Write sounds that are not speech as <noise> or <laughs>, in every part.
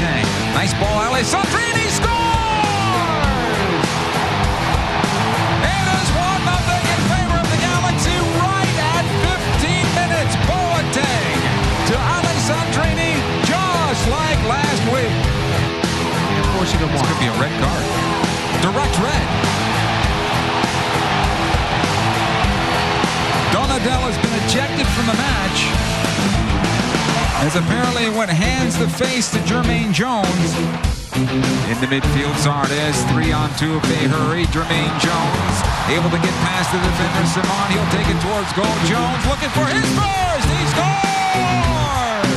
Nice ball alley. Sandrini scores! It is 1 nothing in favor of the Galaxy right at 15 minutes. Boateng to Alessandrini just like last week. Forcing a This could one. be a red card. Direct red. Donadell has been ejected from the match as apparently went hands to face to Jermaine Jones. In the midfield, Zardes, three on two if they hurry. Jermaine Jones able to get past the defender, Simon. He'll take it towards goal. Jones looking for his first. He scores!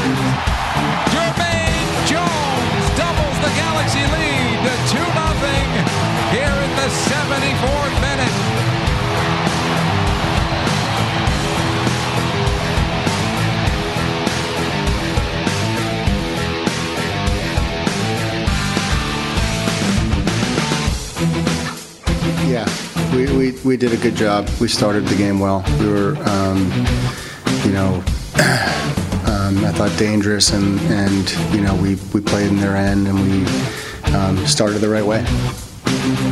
Jermaine Jones doubles the Galaxy lead to 2 0 here in the 74th minute. Yeah, we, we, we did a good job. We started the game well. We were, um, you know, <clears throat> um, I thought dangerous, and, and you know, we, we played in their end and we um, started the right way.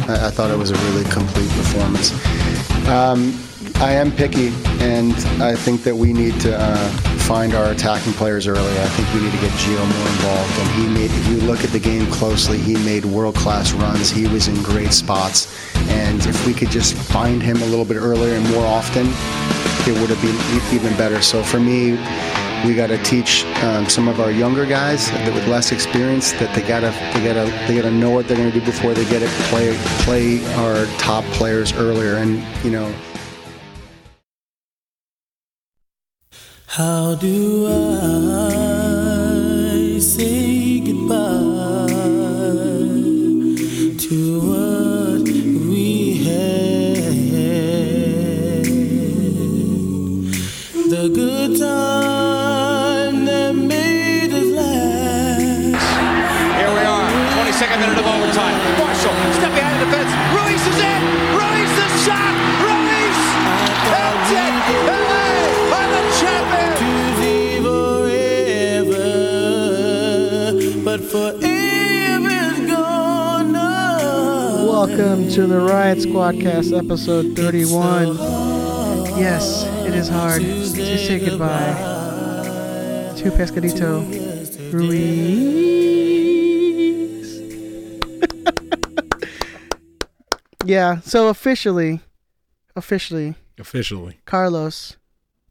I, I thought it was a really complete performance. Um, I am picky, and I think that we need to uh, find our attacking players early. I think we need to get Gio more involved. And he made, if you look at the game closely, he made world-class runs. He was in great spots, and if we could just find him a little bit earlier and more often, it would have been e- even better. So for me, we got to teach um, some of our younger guys that with less experience that they gotta they gotta they gotta know what they're gonna do before they get it. Play play our top players earlier, and you know. How do I say goodbye to what we had? The good time that made us laugh. Here we are, 22nd minute of overtime. Marshall, step behind the defense. Ruiz is in. Ruiz the shot. Ruiz helps it. LA are the champions. forever, but forever gone. Welcome to the Riot Squadcast, episode 31. Yes, it is hard to say goodbye to Pescadito Ruiz. <laughs> yeah, so officially, officially, Officially, Carlos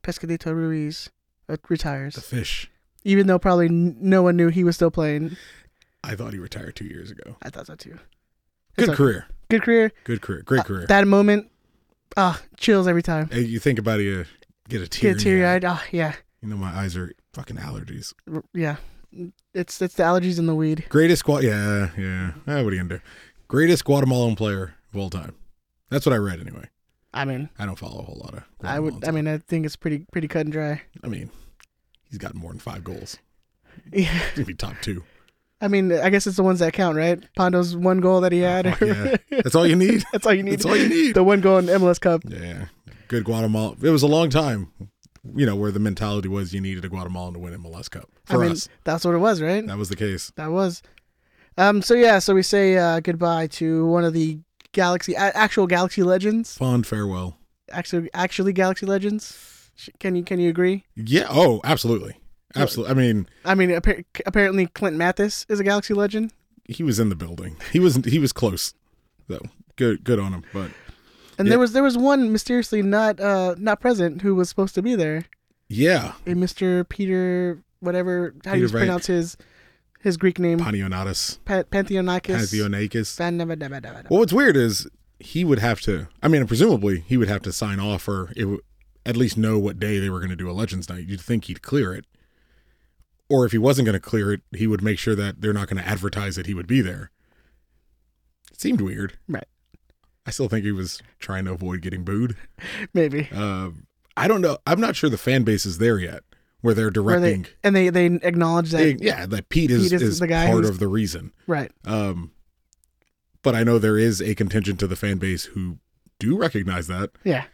Pescadito Ruiz uh, retires. fish. Even though probably n- no one knew he was still playing. I thought he retired two years ago. I thought so too. It's Good a- career. Good career. Good career. Great career. That moment, ah, chills every time. Hey, you think about it, you get a tear. Get teary eye. eyed. Ah, yeah. You know, my eyes are fucking allergies. R- yeah. It's it's the allergies and the weed. Greatest Gua- Yeah, yeah. Ah, what are you gonna do? Greatest Guatemalan player of all time. That's what I read anyway. I mean, I don't follow a whole lot of. I would. Guatemalans. I mean, I think it's pretty pretty cut and dry. I mean, he's got more than five goals. Yeah. He's gonna be top two. I mean, I guess it's the ones that count, right? Pondo's one goal that he had. Oh, Fuck yeah, that's all you need. <laughs> That's all you need. That's all you need. The one goal in MLS Cup. Yeah, good Guatemala. It was a long time, you know, where the mentality was you needed a Guatemalan to win MLS Cup I for mean, us. that's what it was, right? That was the case. That was. Um. So yeah. So we say uh, goodbye to one of the galaxy, a- actual galaxy legends, Fond farewell. actually, actually galaxy legends. Sh- Can you can you agree? Yeah. Oh, absolutely. Absolutely. I mean, I mean, appa- apparently Clint Mathis is a galaxy legend. he was in the building. He was he was close. So good good on him. But And Yeah. there was there was one mysteriously not uh not present who was supposed to be there. yeah, A Mr. Peter whatever how do you Peter Vrank. pronounce his his Greek name? Panionatis, Pa- Pantheonakis. Pantheonakis. Pantheonakis. Well, what's weird is he would have to. I mean, presumably he would have to sign off or it would, at least know what day they were going to do a Legends Night. You'd think he'd clear it, or if he wasn't going to clear it, he would make sure that they're not going to advertise that he would be there. It seemed weird. Right. I still think he was trying to avoid getting booed. Maybe. Um, I don't know. I'm not sure the fan base is there yet, where they're Where they directing. and they they acknowledge that they- yeah, that Pete is, Pete is is the guy part who's- of the reason. right. Um, but I know there is a contingent to the fan base who do recognize that, Yeah.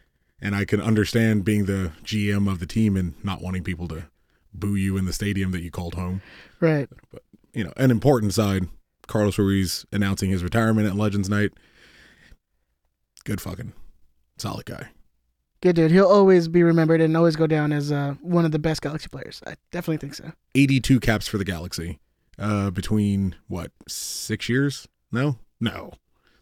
and I can understand being the GM of the team and not wanting people to boo you in the stadium that you called home. Right. You know, an important side Carlos Ruiz announcing his retirement at Legends Night. Good fucking solid guy. Good dude. He'll always be remembered and always go down as uh, one of the best Galaxy players. I definitely think so. 82 caps for the Galaxy uh, between what, six years? No, no,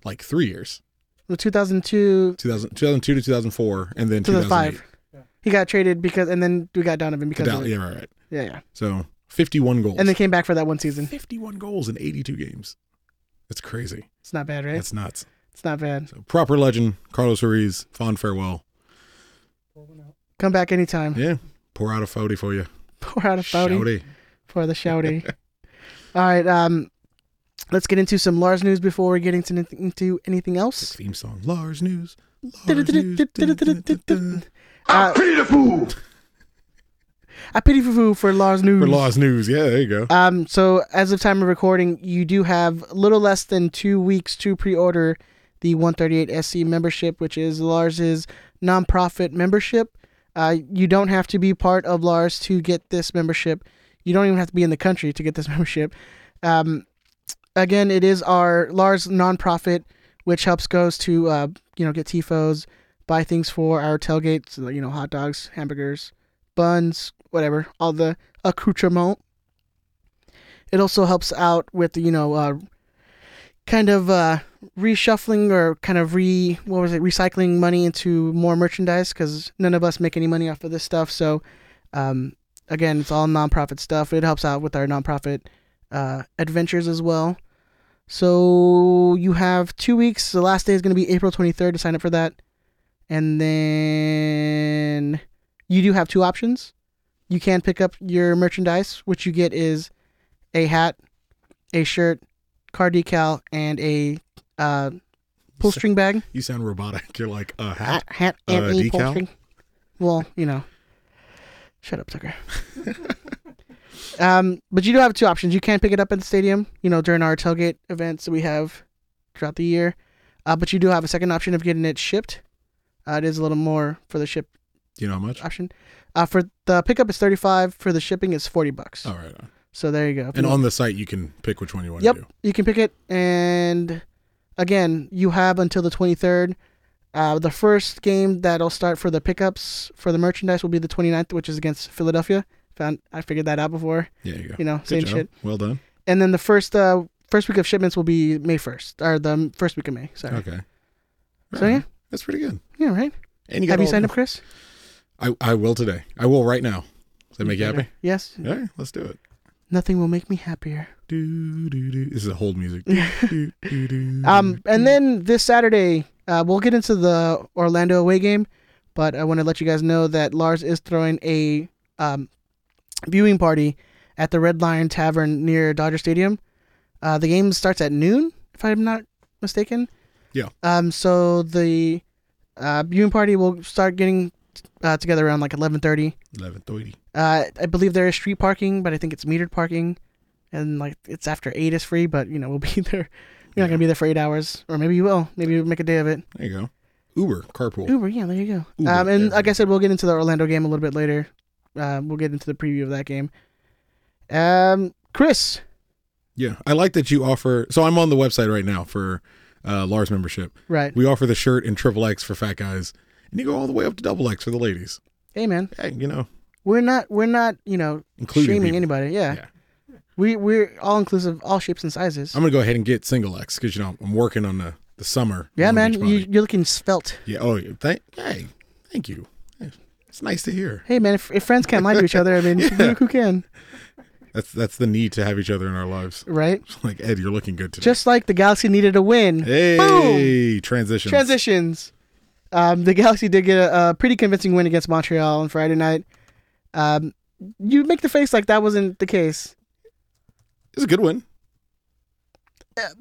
like three years. Well, 2002, 2000, 2002 to 2004, and then 2005. 2008. He got traded because, and then we got Donovan To because Dal- of it. yeah, right, right. Yeah, yeah. So 51 goals. And they came back for that one season. 51 goals in 82 games. That's crazy. It's not bad, right? That's nuts. It's not bad. So proper legend, Carlos Ruiz, fond farewell. Come back anytime. Yeah. Pour out a fody for you. Pour out a phony Shouty. for the shouty. All right. Um, let's get into some Lars news before we get into, into anything else. Theme song. Lars News. Lars News. I I pity the fool. pity Fufu for Lars news. For Lars News. Yeah, there you go. Um, so as of time of recording, you do have a little less than two weeks to pre-order the 138 SC membership, which is Lars's nonprofit membership. Uh, you don't have to be part of Lars to get this membership. You don't even have to be in the country to get this <laughs> membership. Um, again, it is our Lars nonprofit, which helps goes to uh, you know get tifos, buy things for our tailgates, you know hot dogs, hamburgers, buns, whatever, all the accoutrement it also helps out with you know uh, kind of uh, reshuffling or kind of re what was it recycling money into more merchandise because none of us make any money off of this stuff so um, again it's all nonprofit stuff it helps out with our nonprofit uh, adventures as well so you have two weeks the last day is going to be april 23rd to sign up for that and then you do have two options you can pick up your merchandise which you get is a hat, a shirt, car decal, and a uh, pull string bag. You sound robotic. <laughs> You're like a Hat, hat. hat, Uh, and a pull decal? string. Well, you know. Shut up, <laughs> Tucker. um, but you do have two options. You can pick it up at the stadium, you know, during our tailgate events that we have throughout the year. Uh, but you do have a second option of getting it shipped. Uh, it is a little more for the ship Do you know how much? option. Uh, for the pickup is thirty five. For the shipping is forty bucks. All right. So there you go. If Oh. And you- on the site, you can pick which one you want Yep, to do. you can pick it, and again, you have until the twenty third. Uh, the first game that'll start for the pickups for the merchandise will be the 29th, which is against Philadelphia. Found I figured that out before, Yeah, you go. you know, Good same job. shit. Well done. And then the first uh first week of shipments will be May first, or the first week of May. Sorry. Okay. So yeah, That's pretty good. yeah, right. And you got have you all- signed up, Chris? I, I will today. I will right now. Does that make you happy? Yes. All right, let's do it. Nothing will make me happier. Do, do, do. This is a hold <laughs> music. Do, do, do, do. Um, and then this Saturday, uh, we'll get into the Orlando away game, but I want to let you guys know that Lars is throwing a um, viewing party at the Red Lion Tavern near Dodger Stadium. Uh, the game starts at noon, if I'm not mistaken. Yeah. Um, so the uh, viewing party will start getting uh, together around like 11:30. 11:30. Uh, I believe there is street parking, but I think it's metered parking, and like it's after eight is free. But you know we'll be <laughs> there. You're not gonna be there for eight hours, or maybe you will. Maybe we'll make a day of it. There you go. Uber carpool. Uber, yeah, there you go. Uber, um, and like I everywhere. said, we'll get into the Orlando game a little bit later. Uh, we'll get into the preview of that game. Um, Chris, Yeah, I like that you offer. So I'm on the website right now for uh, Lars membership. right? We offer the shirt in triple X for fat guys, and you go all the way up to double X for the ladies. Hey, man, Hey, you know, we're not we're not you know Including shaming people. anybody. Yeah. Yeah. we we're all inclusive, all shapes and sizes. I'm gonna go ahead and get single X because you know I'm working on the the summer. yeah, Long man, Beach you, body. you're looking svelte. Yeah. Oh, yeah, thank. Hey, thank you. Hey, It's nice to hear. Hey, man, if, if friends can't lie to each other, I <laughs> mean, who, who can, That's that's the need to have each other in our lives. <laughs> right? Like Ed, you're looking good today. Just like the Galaxy needed a win. hey, transition. Transitions. Um, the Galaxy did get a, a pretty convincing win against Montreal on Friday night. Um, you make the face like that wasn't the case. It's a good one.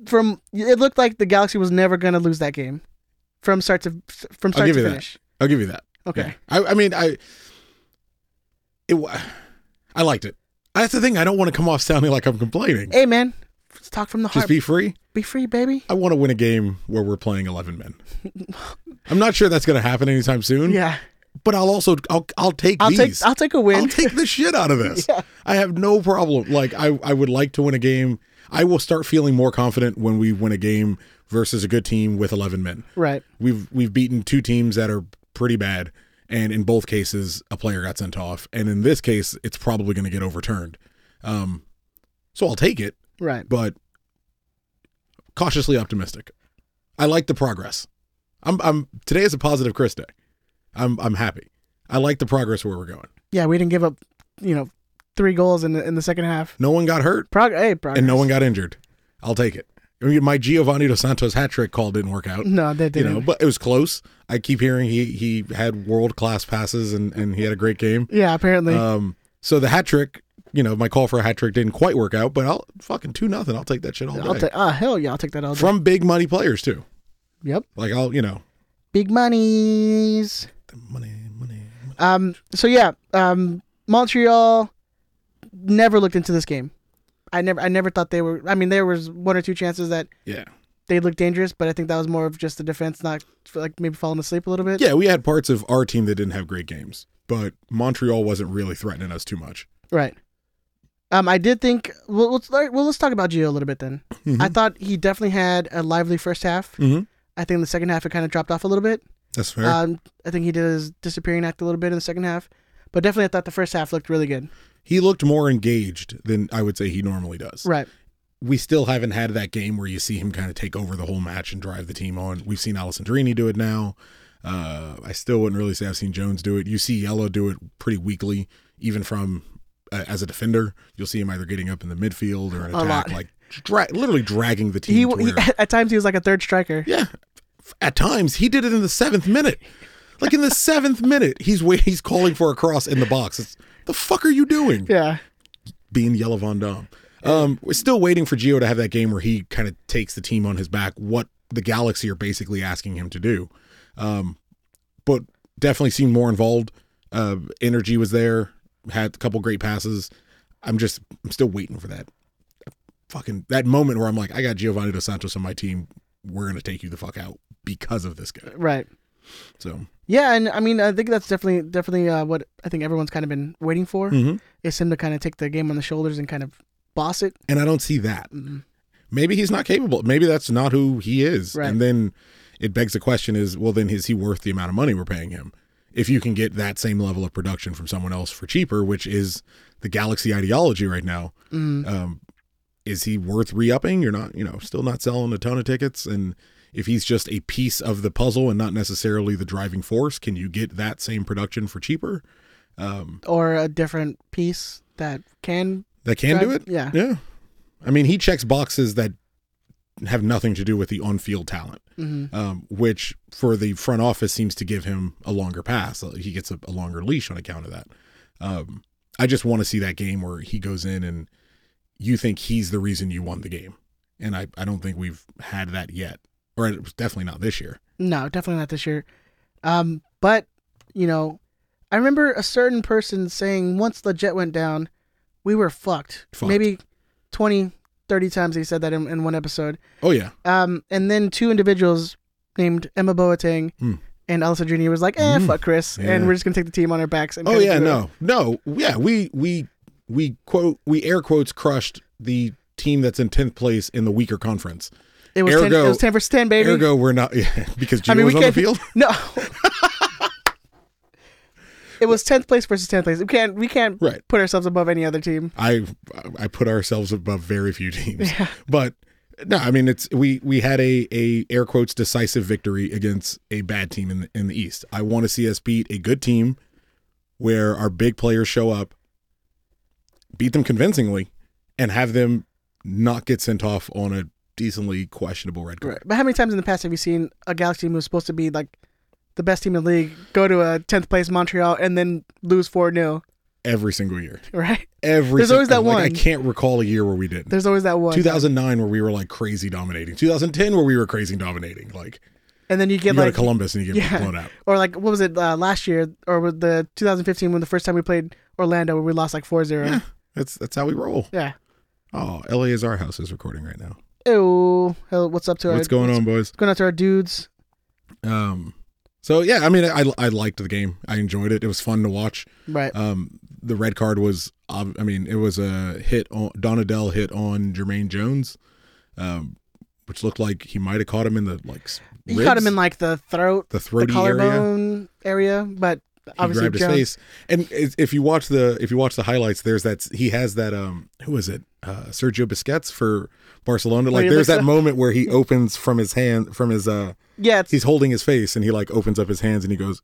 From it looked like the Galaxy was never gonna lose that game, from start to from I'll start give to you finish. that. I'll give you that. Okay. Yeah. I, I mean, I it wa- I liked it. That's the thing. I don't want to come off sounding like I'm complaining. Hey man, let's talk from the Just heart. Be-, be free. free, baby. I want to win a game where we're playing 11 <laughs> men. I'm not sure that's going to happen anytime soon. Yeah, But I'll also I'll I'll take I'll these. take I'll take a win. <laughs> I'll take the shit out of this. I have no problem. Like I I would like to win a game. I will start feeling more confident when we win a game versus a good team with 11 men. Right. We've we've beaten two teams that are pretty bad and in both cases a player got sent off and in this case it's probably going to get overturned. Um so I'll take it, Right. but cautiously optimistic. I like the progress. I'm I'm today is a positive Chris day. I'm I'm happy. I like the progress where we're going. Yeah, we didn't give up, you know, three goals in the in the second half. No one got hurt Prog- hey, progress. and no one got injured. I'll take it. I mean, my Giovanni Dos Santos hat trick call didn't work out. No, they you didn't. know, but it was close. I keep hearing he he had world class passes and and he had a great game. yeah, apparently. Um, so the hat trick, you know, my call for a hat trick didn't quite work out, but I'll fucking two nothing. I'll take that shit all I'll day take. Oh hell yeah, I'll take that all day. from big money players too. yep. Like I'll you know Big monies. the money money. money. Um. So yeah. Um. Montreal never looked into this game. I never. I never thought they were. I mean, there was one or two chances that Yeah, they looked dangerous, but I think that was more of just the defense not like maybe falling asleep a little bit. yeah. We had parts of our team that didn't have great games, but Montreal wasn't really threatening us too much. Right. Um, I did think. Well, let's all right, well let's talk about Gio a little bit then. Mm-hmm. I thought he definitely had a lively first half. Mhm. I think the second half it kind of dropped off a little bit. That's fair. Um, I think he did his disappearing act a little bit in the second half, but definitely I thought the first half looked really good. he looked more engaged than I would say he normally does. Right. we still haven't had that game where you see him kind of take over the whole match and drive the team on. We've seen Alessandrini do it now. Uh, I still wouldn't really say I've seen Jones do it. You see Yellow do it pretty weakly, even from uh, as a defender. You'll see him either getting up in the midfield or an A lot. attack, like dra- literally dragging the team. He, to he where- <laughs> at times he was like a third striker. yeah. At times, he did it in the seventh minute. Like in the seventh minute, he's wait, he's calling for a cross in the box. It's, the fuck are you doing? Yeah. being Yellow Von Dom. Um, we're still waiting for Gio to have that game where he kind of takes the team on his back, what the Galaxy are basically asking him to do. Um, but definitely seemed more involved. Uh, energy was there, had a couple great passes. I'm just, I'm still waiting for that fucking, that moment where I'm like, I got Giovanni Dos Santos on my team. We're going to take you the fuck out because of this guy. Right. So, Yeah, and I mean I think that's definitely definitely uh, what I think everyone's kind of been waiting for Mhm. is him to kind of take the game on the shoulders and kind of boss it. and I don't see that. Maybe he's not capable. Maybe that's not who he is. Right. And then it begs the question: Is well, then is he worth the amount of money we're paying him? If you can get that same level of production from someone else for cheaper, which is the Galaxy ideology right now, um, is he worth re-upping? You're not, you know, still not selling a ton of tickets. And if he's just a piece of the puzzle and not necessarily the driving force, can you get that same production for cheaper? or a different piece that can That can do Drive- it. yeah. Yeah. I mean, he checks boxes that have nothing to do with the on-field talent, um, which for the front office seems to give him a longer pass. Uh, He gets a, a longer leash on account of that. Um, I just want to see that game where he goes in and you think he's the reason you won the game, and I I don't think we've had that yet, or it was definitely not this year. no, definitely not this year. Um, but you know, I remember a certain person saying once the jet went down, we were fucked. Fucked. Maybe 20, 30 times he said that in, in one episode. Oh yeah, Um, and then two individuals named Emma Boateng Hmm. and Elsa Junior was like, "Eh, fuck Chris," and Yeah. we're just gonna take the team on our backs. And Oh kinda yeah, do it. no, no, yeah. We we we quote we air quotes crushed the team that's in tenth place in the weaker conference. it was ten, Ergo- it was ten for ten, baby. Ergo, we're not <laughs> yeah, because Gio I mean, we was on the can't field. <laughs> No. It was tenth place versus tenth place. We can't we can't Right. put ourselves above any other team. I I put ourselves above very few teams, but no, I mean it's we we had a a air quotes decisive victory against a bad team in the, in the East. I want to see us beat a good team where our big players show up, beat them convincingly, and have them not get sent off on a decently questionable red card. But how many times in the past have you seen a Galaxy team who's supposed to be like the best team in the league go to a tenth place Montreal and then lose four 0 every single year. <laughs> Right? Every There's sing- always that like, I one. can't recall a year where we didn't. There's always that one. 2009 where we were like crazy dominating. 2010 where we were crazy dominating. Like And then you you get go to like Columbus and you get yeah. blown out. or like what was it uh, last year or with the 2015 when the first time we played Orlando where we lost like 4-0. Yeah. That's that's how we roll. Oh, LA is our house is recording right now. Oh, hello, what's up to our What's going on, boys? What's going on to our dudes? Um, so yeah, I mean, I I liked the game. I enjoyed it. It was fun to watch. Right. Um, the red card was, ob- I mean, it was a hit on Donadell hit on Jermaine Jones, um, which looked like he might have caught him in the like. s- He ribs, caught him in like the throat, the the throaty area. collarbone area, but He obviously grabbed Jones. his face, and i- if you watch the if you watch the highlights, there's that he has that um who is it uh, Sergio Busquets for Barcelona. he Like there's looks that up. moment where he opens from his hand from his uh Yeah, it's, he's holding his face and he like opens up his hands and he goes,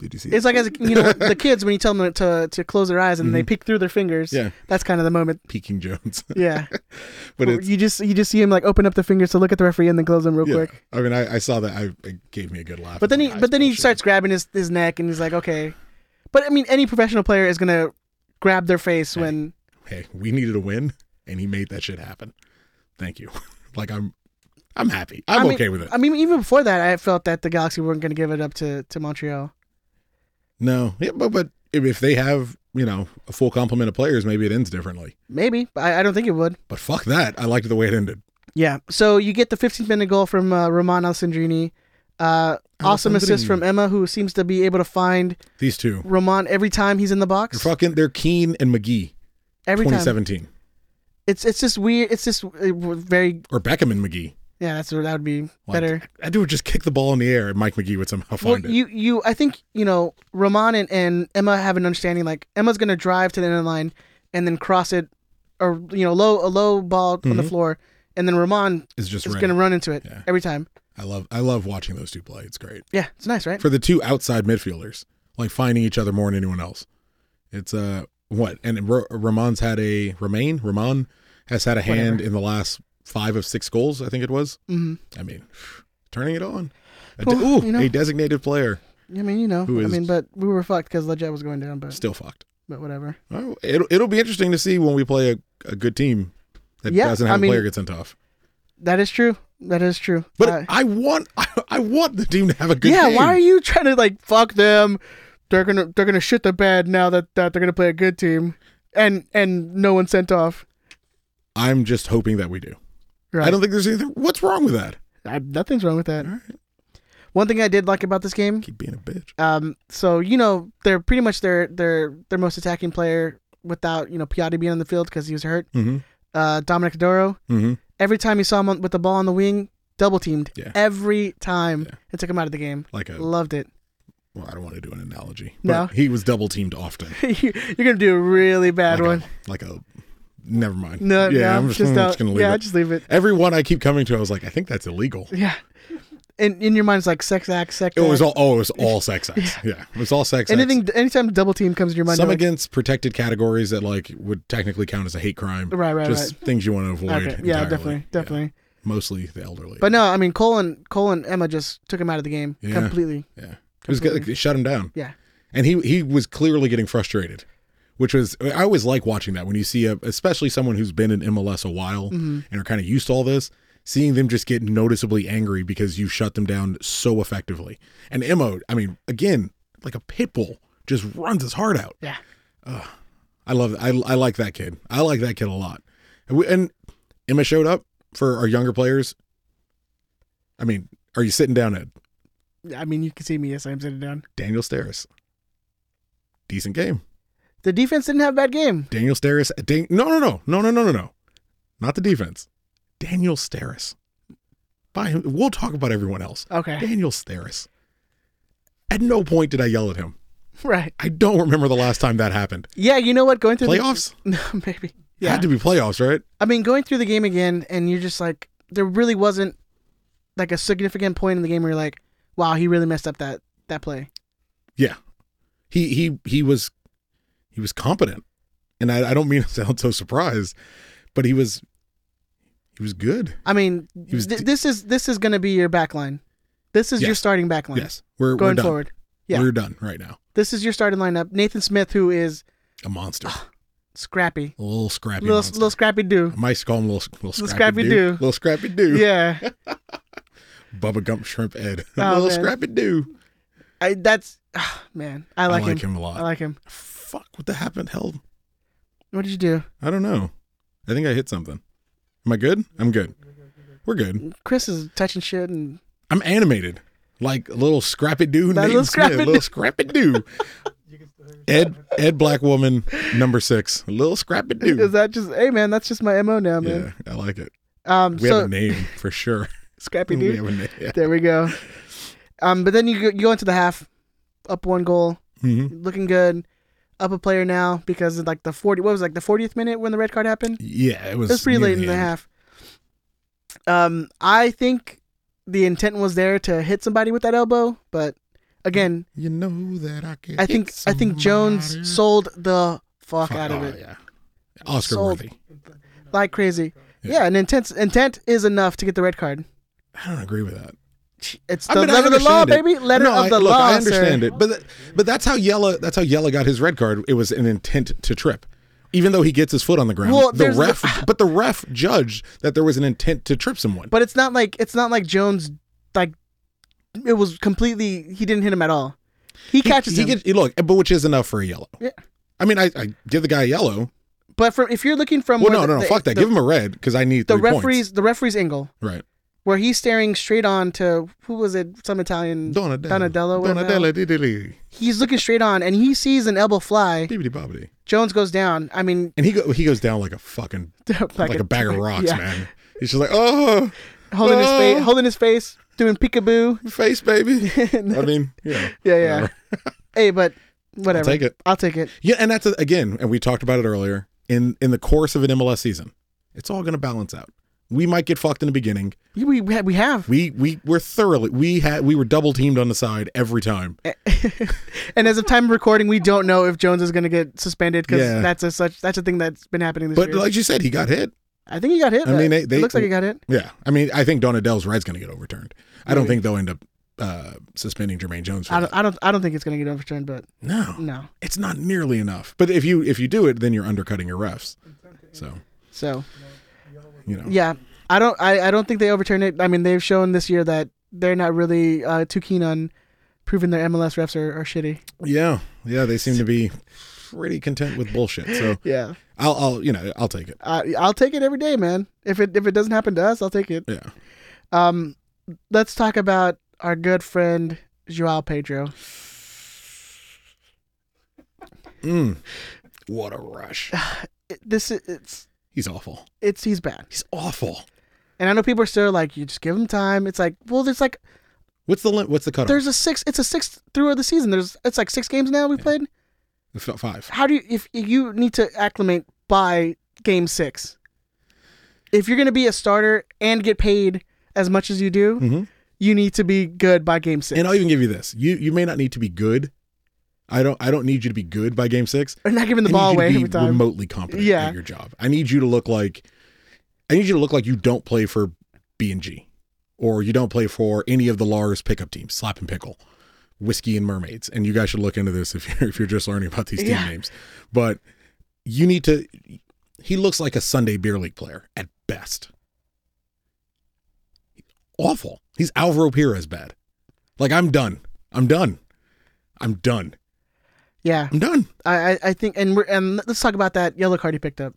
"Did you see?" it's like <laughs> as you know the kids when you tell them to to close their eyes and they peek through their fingers. Mm-hmm. Yeah. that's kind of the moment. Peeking Jones, Yeah, <laughs> but it's you just you just see him like open up the fingers to look at the referee and then close them real yeah. quick. I mean, I, I saw that. I it gave me a good laugh. But then he My eyes but then he bullshit. starts grabbing his his neck and he's like, okay. But I mean, any professional player is gonna grab their face when Hey, we needed a win, and he made that shit happen. Thank you. <laughs> like I'm, I'm happy. I'm I mean- okay with it. I mean, even before that, I felt that the Galaxy weren't gonna give it up to to Montreal. no, yeah, but but if, if they have you know a full complement of players, maybe it ends differently. Maybe, but I, I don't think it would. But fuck that. I liked the way it ended. Yeah. So you get the 15th minute goal from uh, Roman Alessandrini. Uh, awesome assist Alessandrini. from Emma, who seems to be able to find These two, Roman every time he's in the they're box. fucking. They're Keen and McGee. Every time. 2017 It's it's just weird. It's just uh, very or Beckham and McGee. yeah. That's that would be Like, better. That dude would just kick the ball in the air, and Mike McGee would somehow Well, find it. you you I think you know Roman and, and Emma have an understanding. Like Emma's gonna drive to the end of the line and then cross it, or you know low a low ball on the floor, and then Roman Is just is Mm-hmm. ready. gonna run into it Yeah. every time. I love I love watching those two play. It's great. Yeah, it's nice, right? For the two outside midfielders, like finding each other more than anyone else. It's uh what? And R- Ramon's had a Romain, Ramon has had a hand in the last 5 of 6 goals, I think it was. mm-hmm. I mean, turning it on. A, de- Well, ooh, you know- a designated player I mean, you know, Who I is- mean, but we were fucked because Leggett was going down, but still fucked. but whatever. Well, It'll, it'll be interesting to see when we play a, a good team that Yeah, doesn't I have a mean- player get sent off. That is true. That is true. But Uh, I want <laughs> I, I want the team to have a good yeah, game. why are you trying to like fuck them? They're gonna they're gonna shit the bed now that, that they're gonna play a good team, and and no one sent off. I'm just hoping that we do. Right. I don't think there's anything what's wrong with that. I, nothing's wrong with that. One thing I did like about this game, Keep being a bitch. um, so you know they're pretty much their their their most attacking player without you know Piatti being on the field because he was hurt. Mhm. Uh, Dominic Doro. Mhm. Every time you saw him on, with the ball on the wing, double teamed. Yeah. Every time it took him out of the game. Like a Loved it. <laughs> well, I don't want to do an analogy. No. But he was double teamed often. You're gonna do a really bad Like a- one. like a never mind. No, yeah, no, I'm just, I'm don't. just gonna leave yeah, it. just leave it. Every one I keep coming to, I was like, I think that's illegal. Yeah, and in your mind, it's like sex act, sex. It was act. all oh, it was <laughs> all sex acts. Yeah. It was all sex acts. anything. Anytime double team comes in your mind, some you're like, against protected categories that like would technically count as a hate crime. Right, right, Just things you want to avoid. okay, yeah, entirely. definitely, definitely. Mostly the elderly. But no, I mean, Cole and Cole and Emma just took him out of the game Yeah. completely. Yeah. It was good. Like, Completely. it shut him down. Yeah. And he he was clearly getting frustrated, which was I always like watching that when you see a, especially someone who's been in MLS a while and are kind of used to all this, seeing them just get noticeably angry because you shut them down so effectively. And Emo, I mean, again, like a pit bull, just runs his heart out. Yeah. I love I I like that kid. I like that kid a lot. And, we, and Emma showed up for our younger players. I mean, are you sitting down, Ed? I mean, you can see me as I'm sitting down. Daniel Stairs. Decent game. The defense didn't have a bad game. <laughs> Daniel Steris. Dan- no, no, no, no, no, no, no, no. Not the defense. Daniel Steris. By him, we'll talk about everyone else. Okay, Daniel Steris. At no point did I yell at him. right. I don't remember the last time that happened. Yeah, you know what? Going through Playoffs? the, <laughs> no, maybe. Yeah, Had to be playoffs, right? I mean, going through the game again, and you're just like, there really wasn't like a significant point in the game where you're like, wow, he really messed up that that play. Yeah. He he he was he was competent. And I, I don't mean to sound so surprised, but he was he was good. I mean, was th- d- this is this is going to be your back line. This is your Yes. starting back line. Yes. We're we're going done. forward. Yeah. We're done right now. This is your starting lineup. Nathan Smith, who is A monster. scrappy, A little scrappy Ah. little monster. little scrappy do. <laughs> I might just call him little, little, Little scrappy, Scrappy dude. Doo. Little scrappy do. Yeah, Bubba Gump Shrimp Ed. <laughs> Oh, little man. scrappy do. I, that's ah, man. I like, him. a lot. I like him. Fuck, what the happened? Hell, What did you do? I don't know. I think I hit something. Am I good? I'm good. We're good. Chris is touching shit, and I'm animated. Like little scrappy do. That Nathan little <laughs> Smith, Scrappy Doo. Little scrappy do. Ed Ed Black Woman number six, little scrappy Is dude. that just hey man? That's just my mo now, Yeah, man. I like it. Um, We have so a name for sure. scrappy <laughs> we dude. have a name. Yeah. There we <laughs> go. Um, but then you go, you go into the half, up one goal, Mhm. looking good, up a player now because of like the forty. What was it, like the fortieth minute when the red card happened? Yeah, it was. It was pretty near late in the end. half. Um, I think the intent was there to hit somebody with that elbow, but again, You know that I can. I think hit I think Jones somebody. sold the fuck Fuck, out of oh, it Yeah. Oscar Sold. worthy. like crazy. Yeah. Yeah. and intent intent is enough to get the red card. I don't agree with that. It's I the mean, I letter of the law, understand it. baby. Letter No, of the I, look, law. I understand sir. it, but th- but that's how Yella that's how Yella got his red card. It was an intent to trip, even though he gets his foot on the ground. Well, the there's the- ref, but the ref judged that there was an intent to trip someone. But it's not like it's not like Jones like it was completely. He didn't hit him at all. He, he, catches he him. gets- look, but which is enough for a yellow. Yeah. I mean, I, I give the guy a yellow. but from if you're looking from Well, where no, the- no, no, the- fuck that. the- give him a red because I need the three referee's points. the referee's angle Right. where he's staring straight on to who was it? Some Italian Donadella. Donatello, whatever the hell. Donadella. diddly, He's looking straight on, and he sees an elbow fly. bibbidi bobbidi. Jones goes down. I mean, <laughs> And he go, he goes down like a fucking like, like a bag of rocks, yeah. man. He's just like, oh, holding his Oh. face, holding his face, doing peekaboo. face, baby. I mean, you know, Yeah, yeah. whatever. <laughs> Hey, but whatever. take it. I'll take it. Yeah, and that's again, and we talked about it earlier. In in the course of an MLS season, it's all going to balance out. We might get fucked in the beginning. We we we have. We have. We we were thoroughly we had we were double teamed on the side every time. <laughs> and as of time of recording, we don't know if Jones is going to get suspended because Yeah. that's a such that's a thing that's been happening this But year. like you said, he got hit. I think he got hit. I mean, they- It they- looks like he got hit. Yeah, I mean, I think Donadell's red's going to get overturned. I don't think they'll end up uh, suspending Jermaine Jones for I that. don't. I don't. I don't think it's going to get overturned. But No, no. it's not nearly enough. But if you if you do it, then you're undercutting your refs. So So you know, yeah, I don't. I, I don't think they overturn it. I mean, they've shown this year that they're not really uh, too keen on proving their MLS refs are, are shitty. yeah, yeah, they seem to be pretty content with bullshit. So Yeah. I'll, I'll, you know, I'll take it. I, I'll take it every day, man. If it if it doesn't happen to us, I'll take it. Yeah. Um, let's talk about our good friend Joao Pedro. Mm. What a rush. It- This is it's He's awful. it's he's bad. He's awful. And I know people are still like, you just give him time. It's like, well, there's like, What's the lim- what's the cutoff? there's a six. It's a sixth through of the season. There's, it's like six games now we played. F- five. How do you, if you need to acclimate by game six, if you're gonna be a starter and get paid as much as you do, Mhm. you need to be good by game six. And I'll even give you this. You you may not need to be good. I don't I don't need you to be good by game six. We're <laughs> not giving the I ball need you away to be every time. remotely competent Yeah. at your job. I need you to look like I need you to look like you don't play for B and G, or you don't play for any of the Lars pickup teams, Slap and Pickle, Whiskey and Mermaids. And you guys should look into this if you're if you're just learning about these team Yeah. names. But you need to. He looks like a Sunday beer league player at best. Awful. He's Alvaro Pires bad. Like I'm done. I'm done. I'm done. Yeah, I'm done. I, I, I think, and we're, and let's talk about that yellow card he picked up.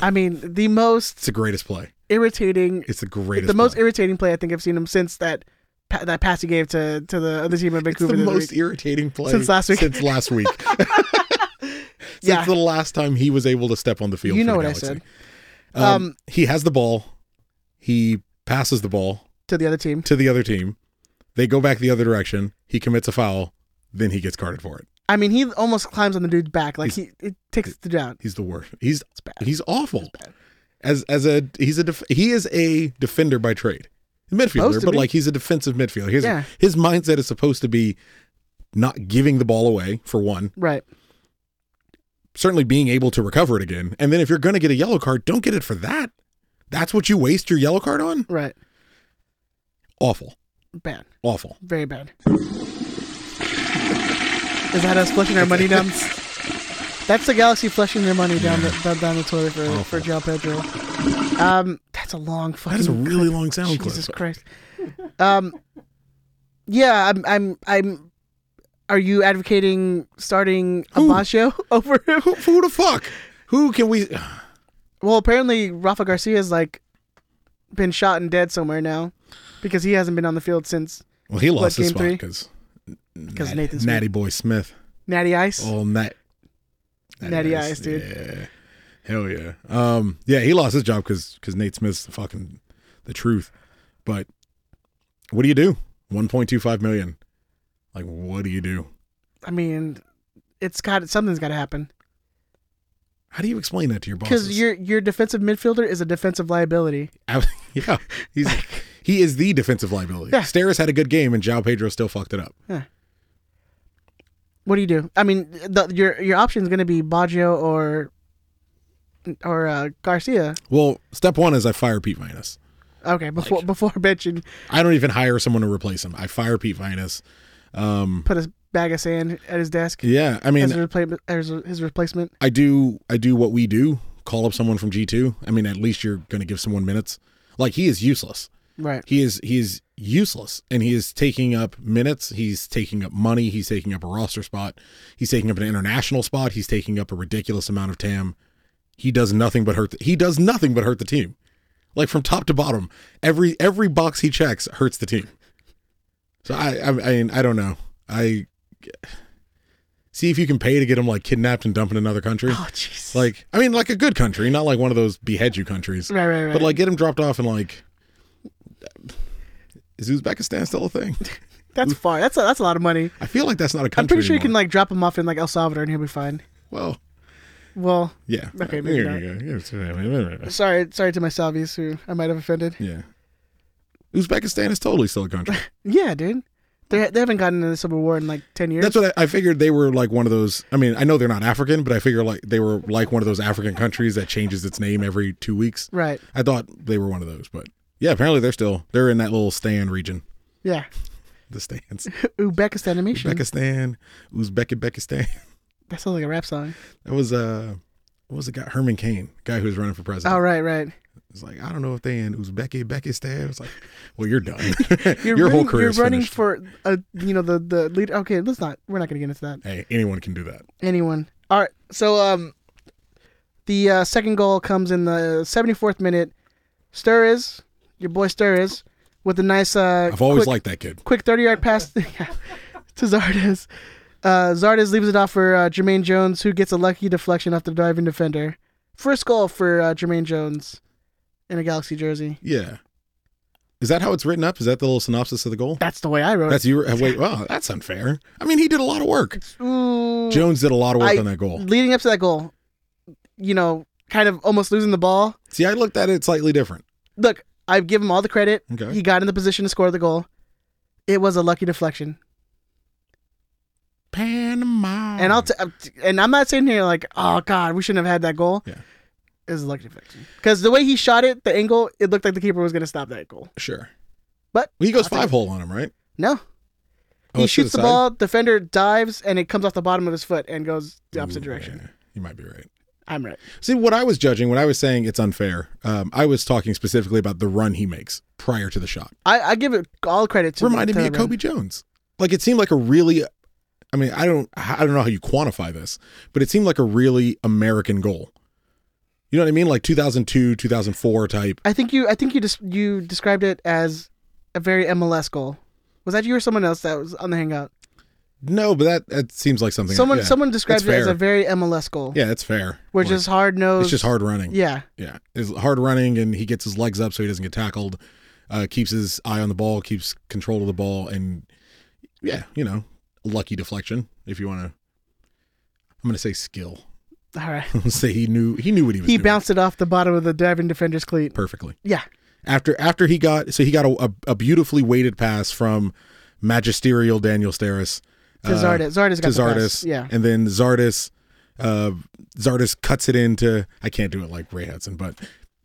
I mean, the most It's the greatest play. irritating It's the greatest. the most play. irritating play I think I've seen him since that pa- that pass he gave to to the other team in It's the Vancouver. the other most week. irritating play Since last week. Since <laughs> last week. <laughs> since Yeah. the last time he was able to step on the field. You for know the what I Galaxy. said. Um, Um, he has the ball. He passes the ball to the other team. to the other team. They go back the other direction. He commits a foul. Then he gets carded for it. I mean, he almost climbs on the dude's back like he it takes the down. He's the worst. He's It's bad. he's awful. As as a he's a def- he is a defender by trade, a midfielder, Supposed to but be. like he's a defensive midfielder. His Yeah. his mindset is supposed to be not giving the ball away for one, Right. certainly being able to recover it again. And then if you're going to get a yellow card, don't get it for that. That's what you waste your yellow card on? Right. Awful. Bad. Awful. Very bad. Is that us flushing our money <laughs> down? That's the galaxy flushing their money down the down, down the toilet for for Joe Pedro. Um, that's a long fucking. That is <laughs> a really long sound clip. Mm. Jesus Christ. Um, yeah, I'm. I'm. I'm. Are you advocating starting Abasio <laughs> over him? Who, who the fuck? Who can we? Well, apparently Rafa Garcia's like been shot and dead somewhere now because he hasn't been on the field since. Well, he lost his game spot three? because 'Cause Nathan Smith. Natty Boy Smith Oh, Natty Ice. All net. Natty Ice, dude. Yeah. Hell yeah. Um, yeah, he lost his job because because Nate Smith's the fucking the truth. But what do you do? One point two five million. Like, what do you do? I mean, it's got something's got to happen Oh, How do you explain that to your bosses? because your your defensive midfielder is a defensive liability. Ab- <laughs> yeah, he's he is the defensive liability. Yeah. Steris had a good game, and Jao Pedro still fucked it up. What do you do? I mean, the, your your option is going to be Baggio or or uh, Garcia. Well, step one is I fire Pete Vinas. Okay, before before <laughs> bitching, I don't even hire someone to replace him. I fire Pete Vinas. put a bag of sand at his desk Hmm. Yeah, I as, mean, a repla- as a- his replacement. I do I do what we do, call up someone from G two. I mean, at least you're going to give someone minutes. Like he is useless. Right. He is he is useless, and he is taking up minutes. He's taking up money. He's taking up a roster spot. He's taking up an international spot. He's taking up a ridiculous amount of TAM. He does nothing but hurt. The, he does nothing but hurt the team, like from top to bottom. Every every box he checks hurts the team. So I I I, mean, I don't know. I see if you can pay to get him like kidnapped and dumped in another country. Oh jeez. Like I mean, like a good country, not like one of those behead you countries. Right, right, right. But like, get him dropped off and like, is Uzbekistan still a thing? that's far. That's a, that's a lot of money. I feel like that's not a country. I'm pretty sure you can anymore. like drop him off in like El Salvador and he'll be fine. Well, Well, yeah. Okay, Uh, maybe yeah, yeah, yeah. sorry, sorry to my Salvies who I might have offended. Yeah. Uzbekistan is totally still <laughs> a country. Yeah, dude. They they haven't gotten into the civil war in like ten years. That's what I, I figured. They were like one of those. I mean, I know they're not African, but I figure like they were like one of those African countries that changes its name every two weeks. right. I thought they were one of those, but yeah, apparently they're still they're in that little stand region. Yeah. <laughs> The stands. Uzbekistan animation. Uzbekistan, Uzbekistan. That sounds like a rap song. That was uh, what was the guy Herman Cain, guy who was running for president. Oh right, right. It's like I don't know if they in Uzbekistan. It's like, well, you're done. <laughs> You're <laughs> Your whole running- career You're running finished. for uh, you know the the leader. Okay, let's not. We're not going to get into that. hey, anyone can do that. Anyone. All right. So um, the uh, second goal comes in the 74th minute. Stir is your boy Stir is with a nice. Uh, I've always quick, liked that kid. quick 30 yard pass <laughs> to Zardes. Uh, Zardes leaves it off for uh, Jermaine Jones, who gets a lucky deflection off the diving defender. First goal for uh, Jermaine Jones in a Galaxy jersey. Yeah. Is that how it's written up? Is that the little synopsis of the goal? That's the way I wrote That's you. uh, <laughs> Wait, wow, that's unfair. I mean, he did a lot of work. it. Ooh. Jones did a lot of work I- on that goal. Leading up to that goal, you know, kind of almost losing the ball. See, I looked at it slightly different. Look, I give him all the credit. Okay. He got in the position to score the goal. It was a lucky deflection. Panama. And I'll t- and I'm not sitting here like, oh god, we shouldn't have had that goal. Yeah. it was a lucky deflection because the way he shot it, the angle, it looked like the keeper was going to stop that goal. sure. But Well, he goes five hole on him, right? no, Oh, he it's to shoots the, side? ball. Defender dives and it comes off the bottom of his foot and goes the opposite Ooh, direction. yeah, you might be right. I'm right. See, what I was judging, when I was saying it's unfair, um, I was talking specifically about the run he makes prior to the shot. I, I give it all credit to reminded to me of that run. Kobe Jones. Like it seemed like a really, I mean, I don't, I don't know how you quantify this, but it seemed like a really American goal. You know what I mean? Like 2002, 2004 type. I think you I think you just you described it as a very MLS goal. Was that you or someone else that was on the hangout? No, but that that seems like something. Someone yeah. someone described It's it as fair. a very MLS goal. Yeah, it's fair. Where Like, just hard nosed. it's just hard running. Yeah. yeah, it's hard running, and he gets his legs up so he doesn't get tackled. Uh, keeps his eye on the ball, keeps control of the ball, and yeah, you know, lucky deflection. If you want to, I'm gonna say skill. <laughs> All right. I'm gonna say he knew he knew what he was. He doing. bounced it off the bottom of the diving defender's cleat. perfectly. Yeah. After after he got so he got a, a, a beautifully weighted pass from magisterial Daniel Steris To Zardes. Zardes to got the Zardis, pass. Yeah. and then Zardis uh, Zardis cuts it into I can't do it like Ray Hudson, but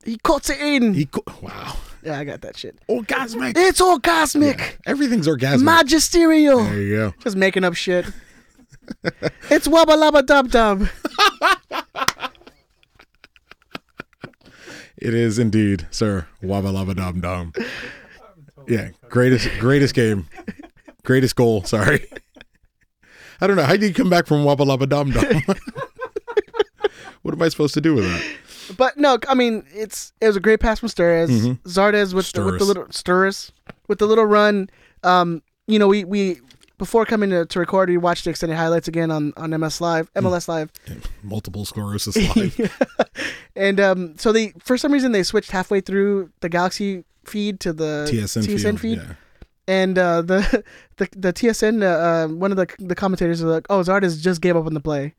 He cuts it in. he co- wow yeah, I got that shit. orgasmic. It's all cosmic. Everything's orgasmic. Magisterial. there you go. Just making up shit. it's wabba laba dub dub. It is indeed, sir. Wabba laba dum dum. Yeah, greatest greatest game, greatest goal. Sorry, I don't know how do you come back from wabba laba dum dum. what am I supposed to do with that? But no, I mean it's it was a great pass from Sturris. Zardes with the, with the Sturris. little Sturris with the little run. Um, you know we we before coming to, to record, we watched the extended highlights again on, on MS Live, MLS Live, <laughs> Multiple sclerosis live. and um, so they for some reason they switched halfway through the Galaxy feed to the TSN, field, feed, Yeah. and uh, the, <laughs> the the TSN uh, uh, one of the the commentators was like, "Oh, Zardes just gave up on the play."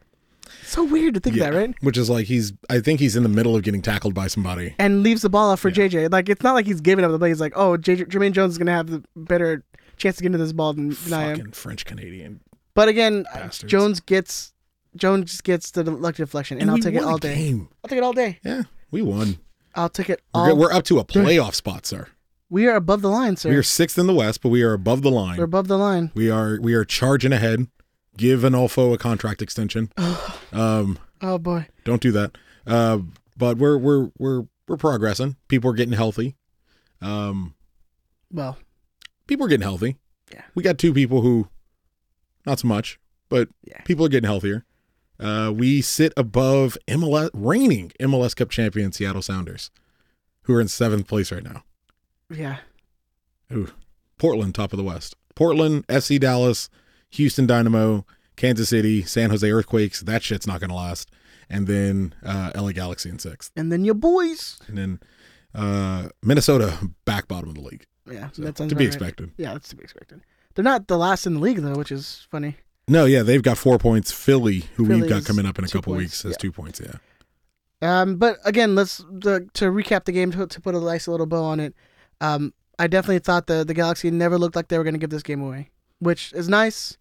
So weird to think that, right? Which is like he's I think he's in the middle of getting tackled by somebody. and leaves the ball off for JJ. Like it's not like he's giving up the play. He's like, oh, JJ, Jermaine Jones is gonna have the better chance to get into this ball than, than I am. Fucking French Canadian. But again, uh, bastards. Jones gets Jones gets the lucky deflection, and, I'll we take it won all the day. Game. I'll take it all day. Yeah, we won. I'll take it We're, all. good- we're up to a playoff spot, sir. We are above the line, sir. We We're, are sixth in the West, but we are above the line. above the line. we are we are charging ahead. Give Anolfo a contract extension. um, Oh boy. don't do that. Uh, but we're we're we're we're progressing. People are getting healthy. Um, Well, people are getting healthy. Yeah. We got two people who, not so much, but Yeah. people are getting healthier. Uh, we sit above MLS, reigning MLS Cup champion Seattle Sounders, who are in seventh place right now. yeah. Ooh. Portland, top of the West. Portland, FC Dallas, Houston Dynamo, Kansas City, San Jose Earthquakes. That shit's not going to last. And then uh, LA Galaxy in sixth. And then your boys. And then uh, Minnesota, back bottom of the league. Yeah, So, that to sounds be about right. expected. Yeah, that's to be expected. They're not the last in the league though, which is funny. No, yeah, they've got four points. Philly, who we've got Philly's coming up in a two couple points, weeks, has yeah. two points. Yeah. Um, but again, let's the, to recap the game to, to put a nice little bow on it. Um, I definitely thought the the Galaxy never looked like they were going to give this game away, which is nice,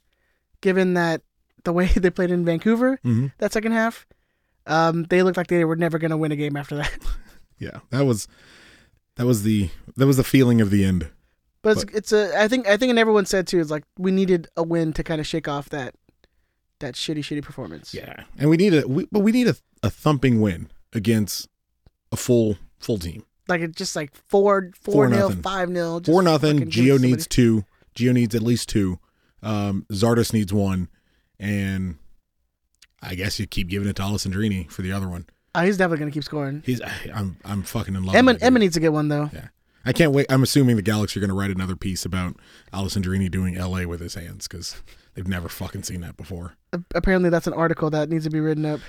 given that the way <laughs> they played in Vancouver Mhm. that second half, um, they looked like they were never going to win a game after that. Yeah. That was that was the that was the feeling of the end. But it's, it's a I think I think and everyone said too is like we needed a win to kind of shake off that that shitty shitty performance. Yeah. And we need a we, but we need a, a thumping win against a full full team. like it just like four Four four nil nothing. five nil just Four nothing. fucking give it Geo to needs two. Geo needs at least two. Um, Zardes needs one, and I guess you keep giving it to Alessandrini for the other one. somebody. Oh, he's definitely going to keep scoring. He's I, I'm I'm fucking in love. Emma, with that Oh, dude. Emma needs a good one though. Yeah, I can't wait. I'm assuming the Galaxy are going to write another piece about Alessandrini doing L.A. with his hands because they've never fucking seen that before. apparently that's an article that needs to be written up.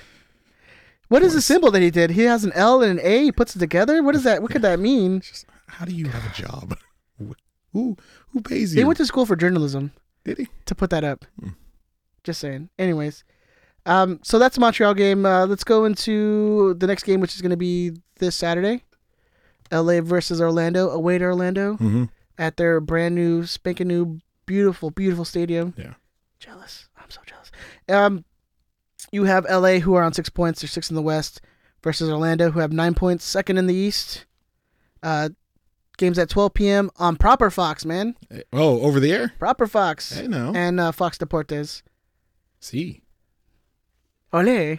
What is the symbol that he did? He has an L and an A. He puts it together. What is that? What could that mean? How do you have a job? <laughs> Who who pays He you? went to school for journalism Did he? to put that up. Hmm. Just saying. Anyways, um, so that's the Montreal game. Uh, let's go into the next game, which is going to be this Saturday, L.A. versus Orlando, away to Orlando Mm-hmm. at their brand new, spanking new, beautiful, beautiful stadium. Yeah. Jealous. I'm so jealous. Um, you have LA who are on six points. They're six in the West versus Orlando who have nine points, second in the East. Uh, games at 12 p.m. on Proper Fox, man. Oh, over the air. Proper Fox. I know. And uh, Fox Deportes. See. <laughs> Ole.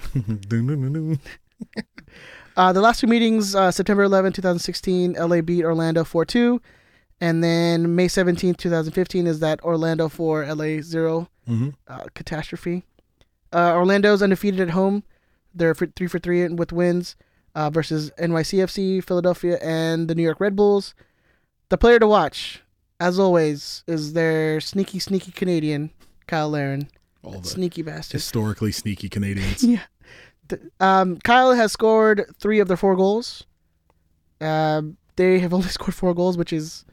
Uh, the last two meetings, uh, September 11, 2016, LA beat Orlando 4 2. And then May 17, 2015, is that Orlando 4, LA 0 Mhm. uh, catastrophe. Uh, Orlando's undefeated at home. They're for, 3 for 3 in- with wins uh, versus NYCFC, Philadelphia, and the New York Red Bulls. The player to watch, as always, is their sneaky, sneaky Canadian, Kyle Laren. All the- Sneaky bastard. historically sneaky Canadians. Yeah. Th- Um, Kyle has scored three of their four goals. Um, they have <laughs> only scored four goals, which is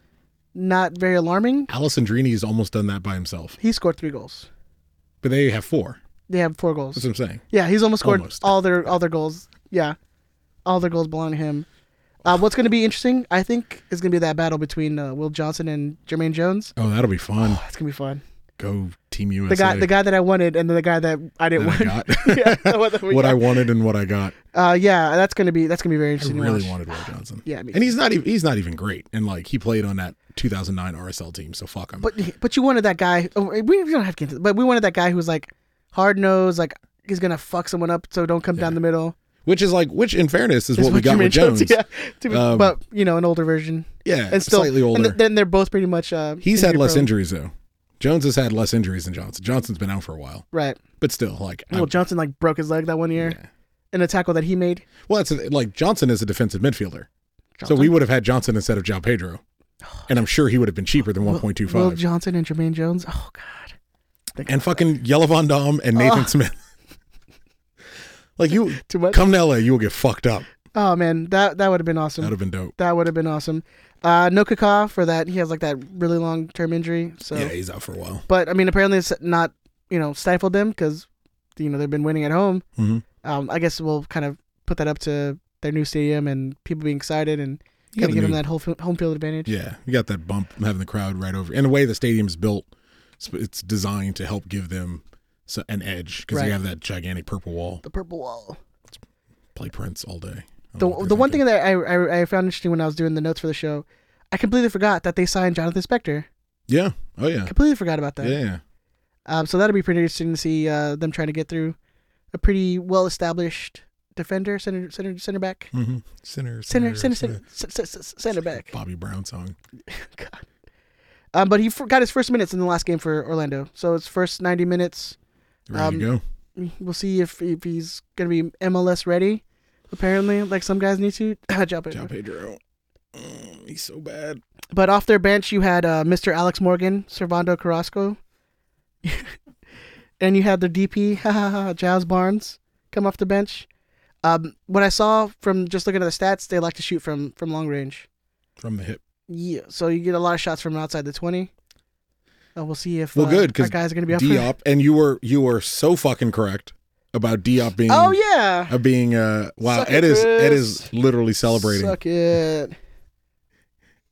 not very alarming. Alessandrini has almost done that by himself, He scored three goals. but they have four. They have four goals. That's what I'm saying. Yeah, he's almost scored Almost. all their all their goals. Yeah, all their goals belong to him. Uh, what's going to be interesting, I think, is going to be that battle between uh, Will Johnson and Jermaine Jones. Oh, that'll be fun. That's going to be fun. Go Team USA. The guy, the guy that I wanted, and then the guy that I didn't that I want. <laughs> got. yeah, the <laughs> one that we what I got. wanted and what I got. uh, yeah, that's going to be that's going to be very I interesting. to really watch. wanted Will <sighs> Johnson. Yeah, me and he's not even he's not even great. And like he played on that 2009 RSL team, so fuck him. But but you wanted that guy. oh, We we don't have to get into But we wanted that guy who was like hard nosed, like he's gonna fuck someone up. So don't come down the middle. which is like, which in fairness is Is what we got Jermaine with <laughs> Jones. Yeah, To be- Um, but you know, an older version. Yeah, and still slightly older. And th- then they're both pretty much. Uh, he's had less prone. injuries though. Jones has had less injuries than Johnson. Johnson's been out for a while, Right. but still, like, Well, I'm- Johnson like broke his leg that one year yeah. in a tackle that he made. well, that's like Johnson is a defensive midfielder. So Johnson? we would have had Johnson instead of Jao Pedro. And I'm sure he would have been cheaper than Will- Will 1.25. Johnson and Jermaine Jones. Oh God. think and fucking Yella Von Dom Uh. and Nathan Smith. <laughs> like you <laughs> Too much? come to LA, you will get fucked up. Oh man, that that would have been awesome. That'd have been dope. that would have been awesome. Uh, no Kaka for that. He has like that really long term injury. So, Yeah, he's out for a while. but I mean, apparently it's not you know stifled them because you know they've been winning at home. Mhm. Um, I guess we'll kind of put that up to their new stadium and people being excited and kind You got of the give them new- that whole f- home field advantage. Yeah, you got that bump from having the crowd right over. And the way the stadium's built, it's- it's designed to help give them so- an edge because Right. they have that gigantic purple wall. The purple wall. Play Prince all day. I don't know The, what they're the one thinking. thing that I, I I found interesting when I was doing the notes for the show, I completely forgot that they signed Jonathan Spector. Yeah. Oh yeah. Completely forgot about that. Yeah. yeah. Um, so that'll be pretty interesting to see uh, them trying to get through a pretty well established defender, center, center, center back, Mm-hmm. Center, center, center, center, center, center back. Bobby Brown song. God. Um, but he f- got his first minutes in the last game for Orlando, so it's first ninety minutes. Ready Um, to go. We'll see if, if he's gonna be MLS ready. Apparently, like some guys need to. <clears throat> Job John Pedro. Mm, he's so bad. But off their bench, you had uh, Mr. Alex Morgan, Servando Carrasco, <laughs> and you had their <laughs> DP, Giles Barnes, come off the bench. Um, what I saw from just looking at the stats, they like to shoot from from long range. From the hip. Yeah, so you get a lot of shots from outside the twenty. Uh, we'll see if Well, uh, good because our guys are going to be up. for- Diop, and you were you were so fucking correct about Diop being Oh yeah, of being uh wow Suck it, Ed is Ed Chris. is literally celebrating. Suck it.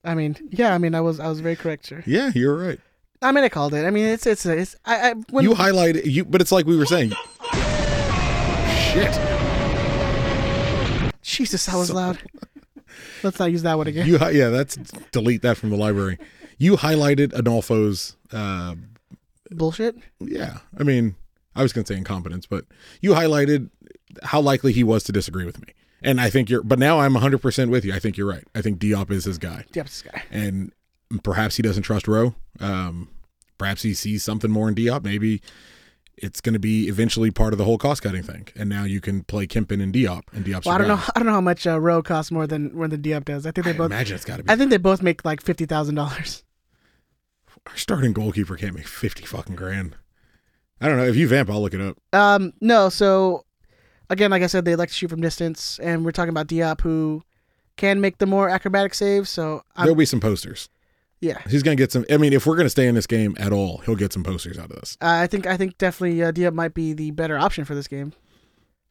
I mean, yeah, I mean, I was I was very correct, sir. Yeah, you're right. I mean, I called it. I mean, it's it's it's. I, I when you highlight you, but it's like we <laughs> were saying. Shit, Jesus, that was <laughs> loud. Let's not use that one again. you hi- yeah, that's delete that from the library. You highlighted Adolfo's. Uh, Bullshit. yeah, I mean, I was gonna say incompetence, but you highlighted how likely he was to disagree with me, and I think you're. But now I'm 100 percent with you. I think you're right. I think Diop is his guy. Yep, this guy. and perhaps he doesn't trust Rowe. Um, perhaps he sees something more in Diop. Maybe it's going to be eventually part of the whole cost cutting thing, and now you can play Kempin and Diop, and Diop's. Well, I your don't know. guy. I don't know how much uh, row costs more than more than Diop does. I think they both. Imagine it's got to be. I think they both make like fifty thousand dollars. Our starting goalkeeper can't make fifty fucking grand. I don't know if you vamp. I'll look it up. Um, no. So, again, like I said, they like to shoot from distance, and we're talking about Diop, who can make the more acrobatic saves. So, I'm, There'll be some posters. yeah, He's going to get some. I mean, if we're going to stay in this game at all, he'll get some posters out of this. uh, I think I think definitely uh, Diop might be the better option for this game.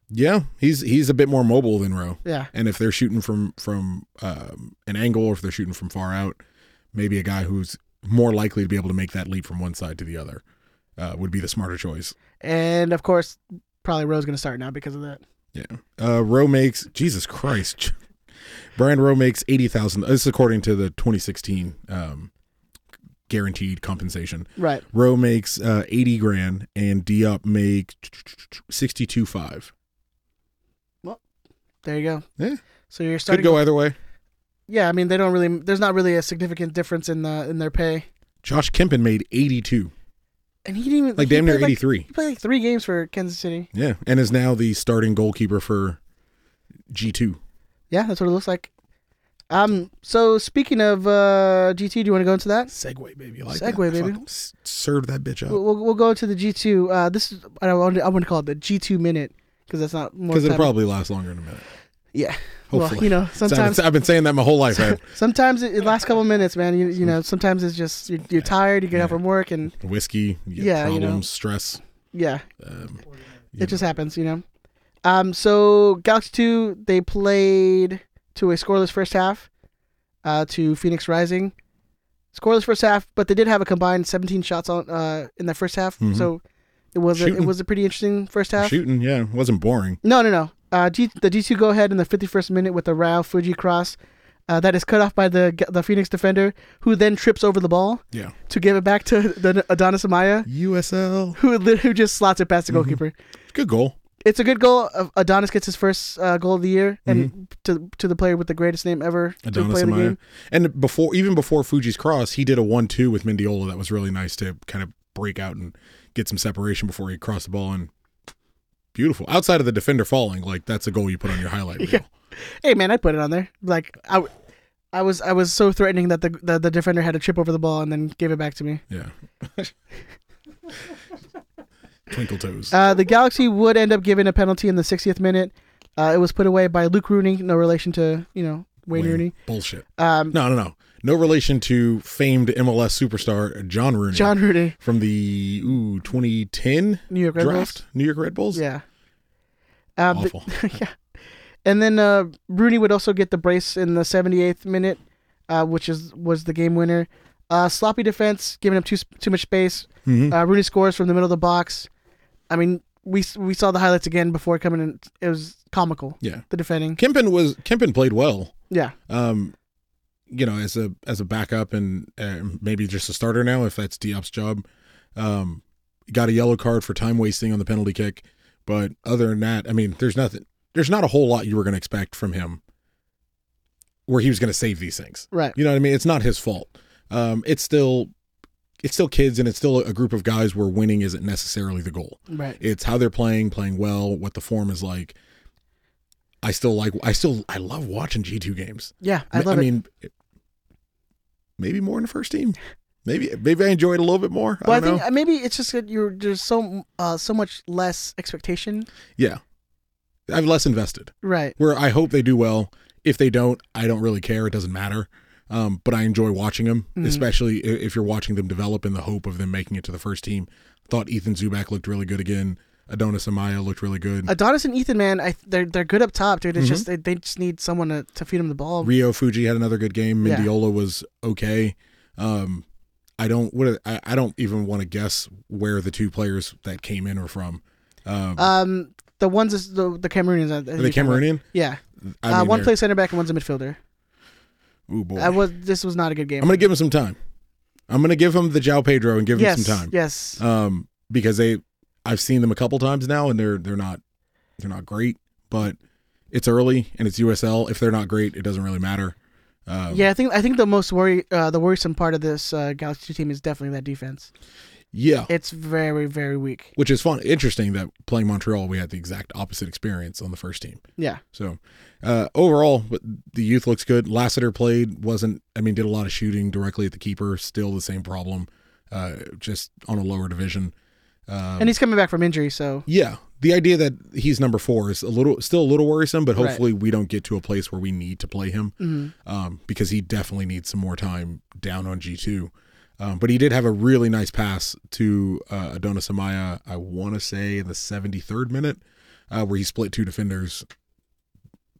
Yeah, he's he's a bit more mobile than Rowe. Yeah. and if they're shooting from from um, an angle or if they're shooting from far out, maybe a guy who's more likely to be able to make that leap from one side to the other uh, would be the smarter choice. And of course, probably Rowe's going to start now because of that. Yeah, uh, Rowe makes Jesus Christ, <laughs> Brian Rowe makes eighty thousand. This is according to the twenty sixteen um, guaranteed compensation. Right. Rowe makes uh, eighty grand, and Diop make sixty two five. There you go. Yeah, So you're could starting. go either way. yeah, I mean, they don't really. There's not really a significant difference in the in their pay. Josh Kempen made eighty two. and he didn't even Like he damn near played, 83. he played like three games for Kansas City. Yeah, and is now the starting goalkeeper for G two. Yeah, that's what it looks like. Um. So speaking of uh, GT, do you want to go into that? Segway baby, like Segway, that. baby. Fucking s- serve that bitch We'll, up we'll, we'll go to the G two. Uh, this is I want to, I want to call it the G two minute because that's not more. because it'll time- probably last longer than a minute. yeah. Hopefully, Well, you know So I've been- sometimes I've been saying that my <laughs> whole life. man. sometimes it, it lasts a couple minutes, man. You you know sometimes it's just you're, you're tired, you get out from work, and Whiskey, you get Yeah, you know. problems, stress. yeah, Um, it just happens, you know. Um, so Galaxy Two, they played to a scoreless first half, uh, to Phoenix Rising, scoreless first half, but they did have a combined 17 shots on uh in the first half, so it was a, it Mm-hmm. Shooting. was a pretty interesting first half. shooting, yeah, it wasn't boring. No, no, no. Uh, G- the G2 go ahead in the 51st minute with a Rao Fuji cross, uh, that is cut off by the the Phoenix defender, who then trips over the ball Yeah, to give it back to <laughs> the Adonis Amaya, USL, who li- who just slots it Mm-hmm. past the goalkeeper good goal. it's a good goal. Uh, Adonis gets his first uh, goal of the year, and to to the player with the greatest name ever to Mm-hmm. Adonis play the Amaya, game. and before even before Fuji's cross, he did a one-two with Mendiola. That was really nice to kind of break out and get some separation before he crossed the ball. And beautiful outside of the defender falling, like that's a goal you put on your highlight reel. <laughs> Hey man, I put it on there. Like I, w- I was I was so threatening that the, the the defender had to trip over the ball and then gave it back to me. Yeah. <laughs> Twinkle Toes. Uh, the Galaxy would end up giving a penalty in the 60th minute. Uh, it was put away by Luke Rooney, no relation to you know Wayne Wayne. Rooney. Um, Bullshit. no, no, no. No relation to famed MLS superstar John Rooney. John Rooney, From the ooh, 2010 New York Red draft. New York Red Bulls? yeah. Uh, but- Awful. <laughs> yeah. And then uh, Rooney would also get the brace in the 78th minute, uh, which is was the game winner. Uh, sloppy defense, giving up too s- too much space. Mm-hmm. Uh, Rooney scores from the middle of the box. I mean, we s- we saw the highlights again before coming in. It was comical. Yeah. The defending. Kempin was Kempin played well. Yeah. um you know as a as a backup and uh, maybe just a starter now if that's Diop's job um got a yellow card for time wasting on the penalty kick but other than that i mean there's nothing there's not a whole lot you were going to expect from him where he was going to save these things Right. you know what i mean it's not his fault um it's still it's still kids and it's still a group of guys where winning isn't necessarily the goal Right. it's how they're playing, playing well, what the form is like. I still like. I still. I love watching G two games. Yeah, I love I it. mean, maybe more in the first team. Maybe maybe I enjoy it a little bit more. Well, I, I don't think know. uh, maybe it's just that you're there's so uh, so much less expectation. yeah, I've less invested. Right. Where I hope they do well. If they don't, I don't really care. It doesn't matter. Um, but I enjoy watching them, Mm-hmm. especially i- if you're watching them develop in the hope of them making it to the first team. Thought Ethan Zubak looked really good again. Adonis Amaya looked really good. Adonis and Ethan, man, I, they're they're good up top, dude. Mm-hmm. It's just they, they just need someone to, to feed them the ball. Rio Fuji had another good game. Oh. Yeah. Mendiola was okay. Um, I don't what are- I, I don't even want to guess where the two players that came in are from. Um, Um, the ones is the the Cameroonians. I- I think are they you're talking about. Cameroonian? Yeah. I uh, mean, one they're- plays center back and one's a midfielder. Ooh boy, I was. This was not a good game. I'm gonna give him some time. I'm gonna give him the Jao Pedro and give yes. him some time. Yes. Um, because they I've seen them a couple times now and they're they're not they're not great, but it's early and it's USL. If they're not great, it doesn't really matter. Um, yeah, I think I think the most worry uh, the worrisome part of this uh, Galaxy team is definitely that defense. yeah. It's very very weak. which is fun. Interesting that playing Montreal, we had the exact opposite experience on the first team. Yeah. So uh, overall, but the youth looks good. Lassiter played wasn't. I mean, did a lot of shooting directly at the keeper. Still the same problem, uh, just on a lower division. Um, and he's coming back from injury, so Yeah, the idea that he's number four is a little, still a little worrisome. But hopefully, we don't get to a place where we need to play him um, because he definitely needs some more time down on G two. Um, but he did have a really nice pass to uh, Adonis Amaya. I want to say in the seventy third minute, uh, where he split two defenders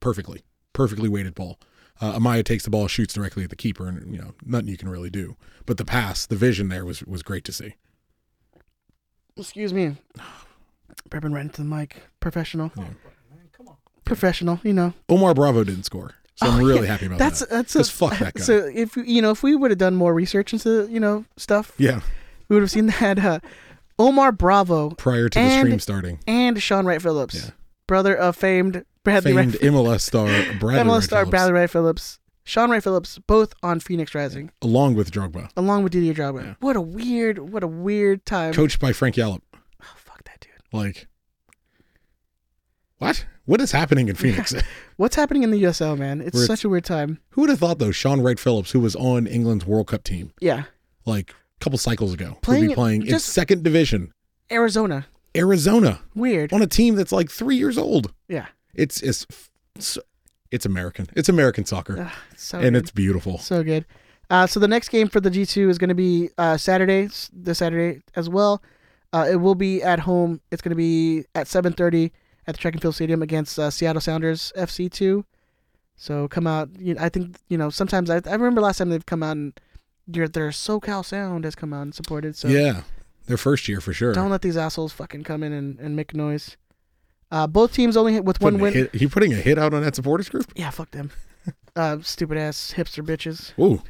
perfectly, perfectly weighted ball. Uh, Amaya takes the ball, shoots directly at the keeper, and you know nothing you can really do. But the pass, the vision there was was great to see. excuse me. <sighs> Bourbon right into the mic. Professional. Professional, you know. Omar Bravo didn't score, so I'm really happy about Oh, that's that. that's a, 'Cause fuck <laughs> that guy. So if you know if we would have done more research into you know stuff, yeah, we would have seen that uh, Omar Bravo prior to the And- stream starting, and Sean Wright Phillips, Yeah. brother of famed Bradley famed Wright, <laughs> MLS star Bradley MLS Wright star Phillips, Bradley Wright Phillips, Sean Wright Phillips, both on Phoenix Rising, along with Drogba, along with Didier Drogba. What a weird, what a weird time. coached by Frank Yallop. oh, fuck that dude. Like, what? What is happening <laughs> in Phoenix? <laughs> What's happening in the USL, man? It's We're- such a weird time. Who would have thought though? Sean Wright Phillips, who was on England's World Cup team Yeah, like a couple cycles ago, would Playing- be playing in just- second division, Arizona, Arizona, weird. on a team that's like three years old. Yeah, It's it's it's, it's American. It's American soccer, Ugh, so and good. it's beautiful. So good. Uh, so the next game for the G2 is going to be uh, Saturday, s- this Saturday as well. Uh, it will be at home. It's going to be at 7:30 at the Track and Field Stadium against uh, Seattle Sounders FC2. So come out. You I think you know. Sometimes I, I remember last time they've come out and their their SoCal Sound has come out and supported. So yeah, their first year for sure. don't let these assholes fucking come in and, and make noise. Uh, both teams only hit with one Putting a win. hit, you putting a hit out on that supporters group? Yeah, fuck them. <laughs> uh, stupid ass hipster bitches. Ooh,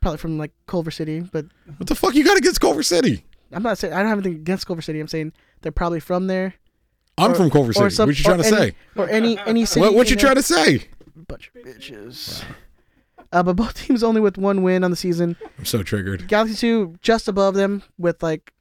Probably from like Culver City, but what the fuck you got against Culver City? I'm not saying I don't have anything against Culver City. I'm saying they're probably from there. I'm Or- from Culver or City. some- what you or trying to any- say? Or any any city. What what you in there. trying to say? Bunch of bitches. Uh, but both <laughs> teams only with one win on the season. I'm so triggered. Galaxy two just above them with like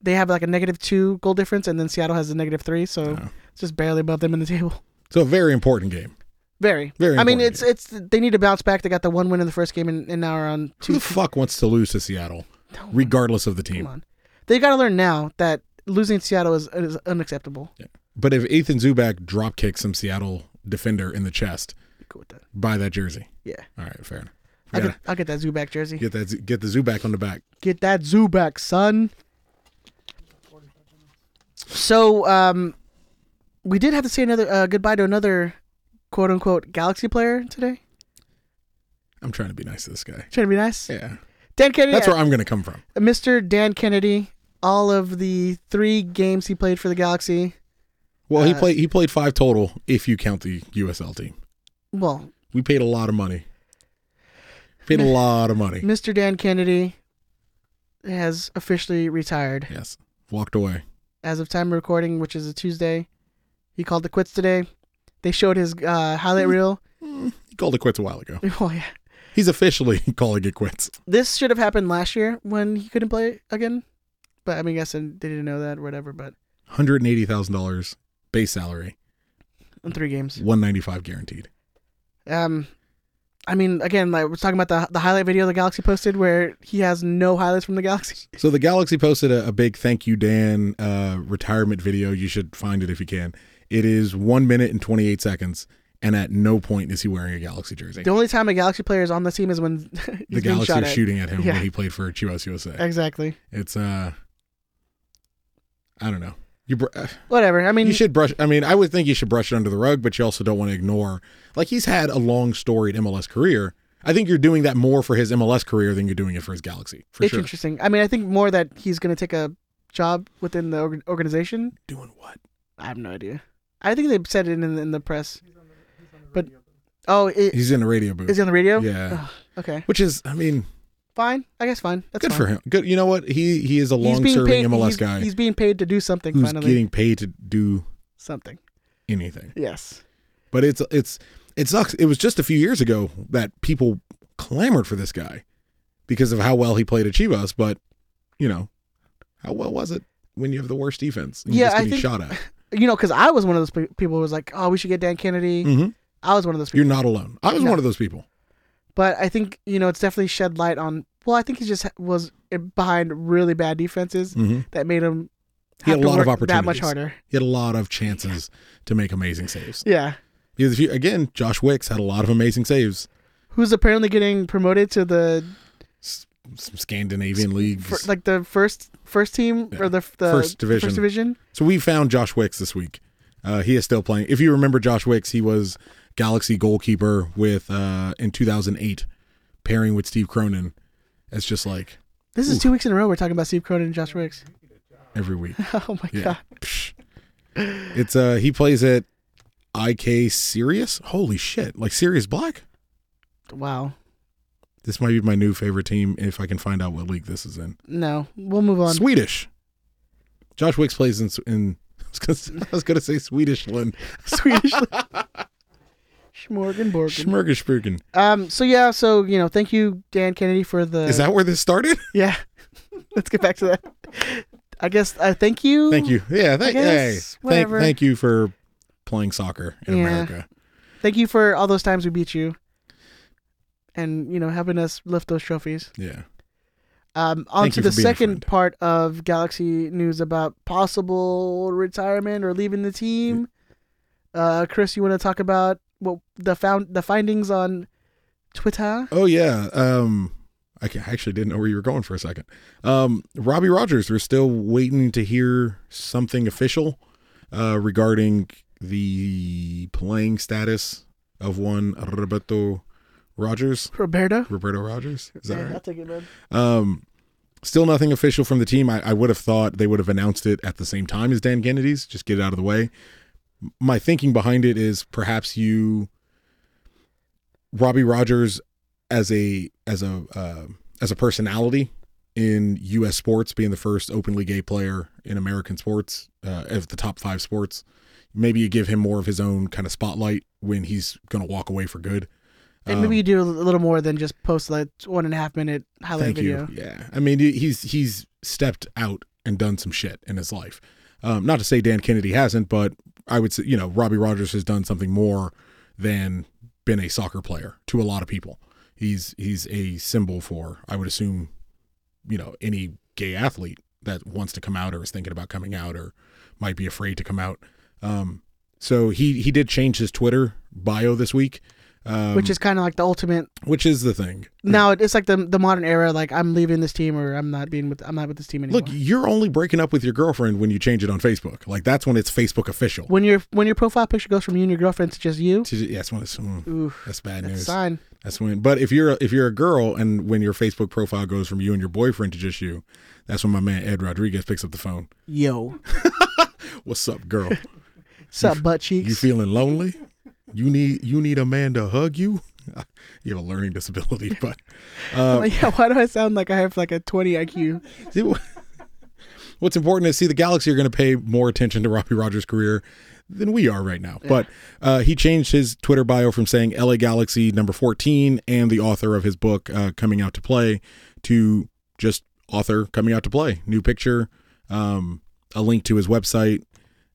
they have like a negative two goal difference, and then Seattle has a negative three, so it's just barely above them in the <laughs> table. So a very important game. Very. Very I mean, it's important. it's they need to bounce back. They got the one win in the first game, and, and now are on Who two. the fuck wants to lose to Seattle, regardless of the team? Come on. They got to learn now that losing to Seattle is, is unacceptable. But if Ethan Zubak drop kicks some Seattle defender in the chest, Cool with that. buy that jersey. Yeah. All right, fair enough. I'll Gotta get, I'll get that zoo back jersey. get that get the Zubak on the back. Get that zoo back, son. So, um, we did have to say another uh, goodbye to another quote unquote Galaxy player today. I'm trying to be nice to this guy. Trying to be nice. Yeah, Dan Kennedy. that's where I'm going to come from. Mr. Dan Kennedy. All of the three games he played for the Galaxy. Well, Uh, he played he played five total if you count the USL team. Well, We paid a lot of money. Paid a lot of money. Mr. Dan Kennedy has officially retired. Yes, walked away. as of time of recording, which is a Tuesday. He called it quits today. They showed his uh, highlight reel. <laughs> He called it quits a while ago. Oh yeah, He's officially <laughs> calling it quits. this should have happened last year when he couldn't play again. But I mean, I guess they didn't know that, or whatever. But Hundred and eighty thousand dollars base salary, in three games, one ninety five guaranteed. um, I mean, again, like we're talking about the the highlight video the Galaxy posted where he has no highlights from the <laughs> Galaxy. So the Galaxy posted a, a big thank you, Dan, uh, retirement video. You should find it if you can. It is one minute and twenty eight seconds, and at no point is he wearing a Galaxy jersey. The only time a Galaxy player is on the team is when <laughs> the he's being Galaxy shot are at. shooting at him Yeah. when he played for Chivas USA. Exactly. It's uh, I don't know. You br- uh, Whatever. I mean, you should brush. I mean, I would think you should brush it under the rug, but you also don't want to ignore. Like he's had a long storied MLS career. I think you're doing that more for his MLS career than you're doing it for his Galaxy. For it's sure. interesting. I mean, I think more that he's going to take a job within the org- organization. Doing what? I have no idea. I think they said it in the, in the press. but oh, it, He's in a radio is booth, he on the radio? Yeah. Ugh, okay. which is, I mean, Fine. I guess fine. That's good fine. for him. Good. You know what? He he is a He's long being serving paid- MLS he's- guy He's being paid to do something who's finally. getting paid to do something. anything. Yes. But it's it's it sucks. It was just a few years ago that people clamored for this guy because of how well he played at Chivas. But you know, how well was it when you have the worst defense? And Yeah, you're just I getting think- shot <laughs> at. You know, because I was one of those pe- people who was like, "Oh, we should get Dan Kennedy." Mhm. I was one of those people. You're not alone. I was No. one of those people. but I think you know it's definitely shed light on. Well, I think he just ha- was behind really bad defenses Mhm. that made him He had have a to lot of work opportunities. that much harder. He had a lot of chances to make amazing saves. Yeah. Because if you, again, Josh Wicks had a lot of amazing saves. Who's apparently getting promoted to the Some Scandinavian leagues. fir- like the first first team or the, the First division. First division. So we found Josh Wicks this week. Uh, he is still playing. If you remember Josh Wicks, he was Galaxy goalkeeper with uh, in 2008, pairing with Steve Cronin. It's just like This is two weeks in a row we're talking about Steve Cronin and Josh Wicks. every week. <laughs> Oh my Yeah. god! Psh. It's uh he plays at IK Sirius. Holy shit! Like Sirius Black. Wow. This might be my new favorite team if I can find out what league this is in. No, we'll move on. Swedish. Josh Wicks plays in. in <laughs> I was gonna, I was gonna say Swedish Lund. <laughs> Swedish. Schmorgenborgen. Smörgåsbrugen. Um. So yeah. So you know, thank you, Dan Kennedy, for the. Is that where this started? Yeah. <laughs> Let's get back to that. I guess. I thank you. Thank you. Yeah, thank, hey, guess, thank whatever. thank you for playing soccer in Yeah. America. Thank you for all those times we beat you. And you know, helping us lift those trophies. Yeah. Um, on Thank to you for the being a second friend. part of Galaxy news about possible retirement or leaving the team. Uh, Chris, you want to talk about what the found the findings on Twitter? Oh yeah. Um I ca- actually didn't know where you were going for a second. Um Robbie Rogers, we're still waiting to hear something official uh regarding the playing status of one Roberto Rogers. Roberto. Roberto Rogers? Is that Yeah, right? I'll take it, man. Um, still nothing official from the team. I, I would have thought they would have announced it at the same time as Dan Kennedy's. Just get it out of the way. M- My thinking behind it is perhaps you, Robbie Rogers, as a as a uh, as a personality in U.S. sports, being the first openly gay player in American sports uh, of the top five sports. Maybe you give him more of his own kind of spotlight when he's going to walk away for good. And Um, maybe you do a little more than just post like one and a half minute highlight Thank video. you. Yeah, I mean he- he's he's stepped out and done some shit in his life. Um, not to say Dan Kennedy hasn't, but I would say you know Robbie Rogers has done something more than been a soccer player to a lot of people. He's he's a symbol for I would assume you know any gay athlete that wants to come out or is thinking about coming out or might be afraid to come out. Um, so he he did change his Twitter bio this week, um, which is kind of like the ultimate. which is the thing. Now it- it's like the the modern era. Like I'm leaving this team, or I'm not being with. I'm not with this team anymore. Look, you're only breaking up with your girlfriend when you change it on Facebook. Like that's when it's Facebook official. when your when your profile picture goes from you and your girlfriend to just you, To- Yeah, that's when it's, mm, that's bad that's a news. sign. That's when. But if you're if you're a girl and when your Facebook profile goes from you and your boyfriend to just you, that's when my man Ed Rodriguez picks up the phone. Yo, <laughs> What's up, girl? sup, butt cheeks. You feeling lonely? You need you need a man to hug you. <laughs> you have a learning disability, <laughs> but <laughs> Like, yeah, why do I sound like I have like a 20 IQ? See, wh- <laughs> what's important is see the Galaxy are going to pay more attention to Robbie Rogers' career than we are right now. But uh, he changed his Twitter bio from saying LA Galaxy number 14 and the author of his book uh, Coming Out to Play to just author Coming Out to Play. New picture, um, a link to his website,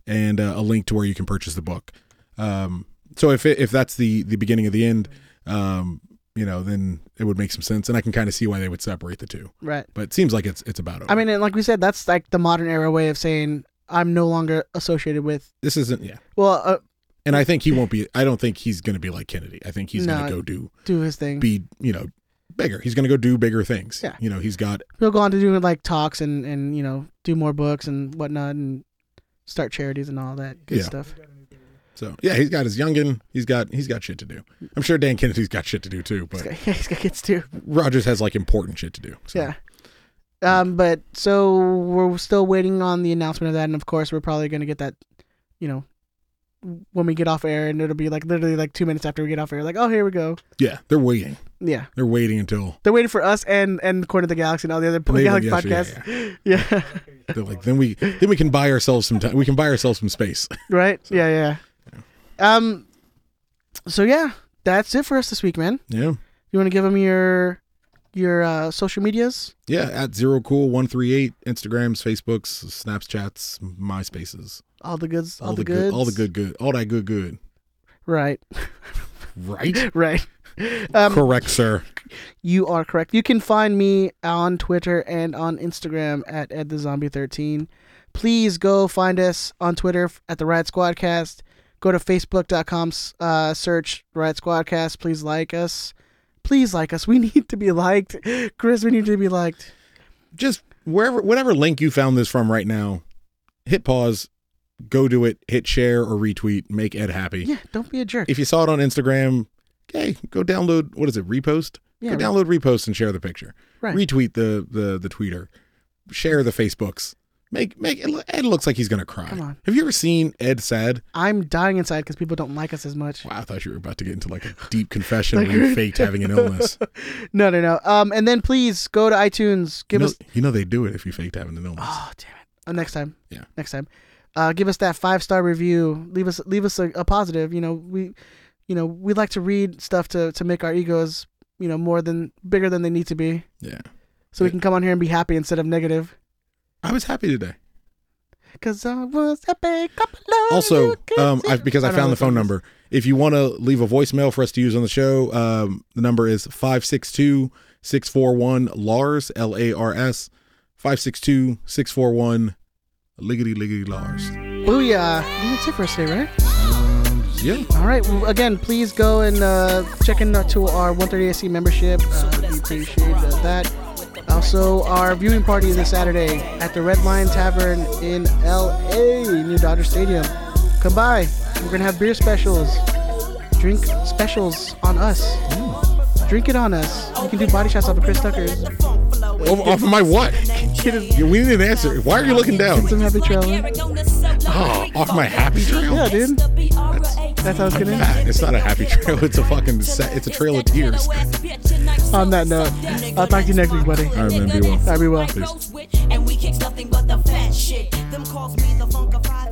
and uh, a link to where you can purchase the book. Um, so if it, if that's the the beginning of the end, um, you know, then it would make some sense, and I can kind of see why they would separate the two Right. but it seems like it's it's about over. I mean, and like we said, that's like the modern era way of saying I'm no longer associated with. this isn't yeah. Well, uh, And I think he won't be. I don't think he's going to be like Kennedy. I think he's going No. to go do do his thing. be you know bigger. He's going to go do bigger things. Yeah. You know, he's got He'll go on to do like talks and and you know do more books and whatnot and start charities and all that good Yeah. stuff. so yeah. He's got his youngin. He's got he's got shit to do. I'm sure Dan Kennedy's got shit to do too. But <laughs> He's got kids too. Rogers has like important shit to do. So. Yeah. Um, but so we're still waiting on the announcement of that, and of course we're probably gonna get that, you know, when we get off air, and it'll be like literally like two minutes after we get off air, like oh here we go. Yeah. They're waiting. Yeah, They're waiting until they're waiting for us and and Corner of the Galaxy and all the other They- Galaxy yes, yeah, podcasts. Yeah, <laughs> they're like then we then we can buy ourselves some time. We can buy ourselves some space. <laughs> right. Yeah, yeah, yeah. Um, so yeah, that's it for us this week, man. yeah. You want to give them your your uh, social medias? Yeah. At zero cool one three eight Instagrams, Facebooks, Snapchats, MySpaces. All the goods, all, all, the, the, goods, good, all the good, good, all that good, good. Right, <laughs> Right? right. Um, Correct, sir. You are correct. You can find me on Twitter and on Instagram at edthezombie13. Please go find us on Twitter f- at the Riot Squadcast. Go to facebook.com, s- uh, search Riot Squadcast. Please like us. Please like us. We <laughs> need to be liked. Chris, we need to be liked. Just wherever, whatever link you found this from right now, hit pause, go do it, hit share or retweet, make Ed happy. Yeah, don't be a jerk. If you saw it on Instagram, hey, go download. What is it? Repost. Yeah, go download, repost, and share the picture. Right. Retweet the the the tweeter. Share the Facebooks. Make make Ed looks like he's gonna cry. Come on. Have you ever seen Ed sad? I'm dying inside because people don't like us as much. Wow, I thought you were about to get into like a <laughs> deep confession where you faked having an illness. No, no, no. Um, and then please go to iTunes. You Give know, us. you know they do it if you faked having an <gasps> illness. Oh damn it! Uh, next time. Yeah. Next time. Uh, give us that five star review. Leave us leave us a, a positive. You know we, you know we like to read stuff to to make our egos you know more than bigger than they need to be, Yeah. so we can come on here and be happy instead of negative. I was happy today. Cause I was a big couple of Also, little kids. um, I, because I, don't know found the what phone that is. number. If you want to leave a voicemail for us to use on the show, um, the number is 562 641 Lars, L A R S, 562 641 Liggity Liggity Lars. Booyah! And That's it for us today, right? Yeah. All right. Well, again, please go and uh, check in to our 130AC membership. Uh, we appreciate uh, that. Also, our viewing party this Saturday at the Red Lion Tavern in LA, near Dodger Stadium. Come by. We're gonna have beer specials, drink specials on us. Drink it on us. You can do body shots off of Chris Tucker's. Off, off of my what? Yeah, we need an answer. Why are you looking down? Some happy trailer. Oh, off my happy trail? Yeah, dude. That's, that's how it's I'm gonna. fat. It's not a happy trail. It's a fucking, sa- it's a trail of tears. On that note, I'll talk to you next week, buddy. All right, man. Be well. All right, be well. Peace. And we kicks nothing but the fat shit. Them calls me the funkified.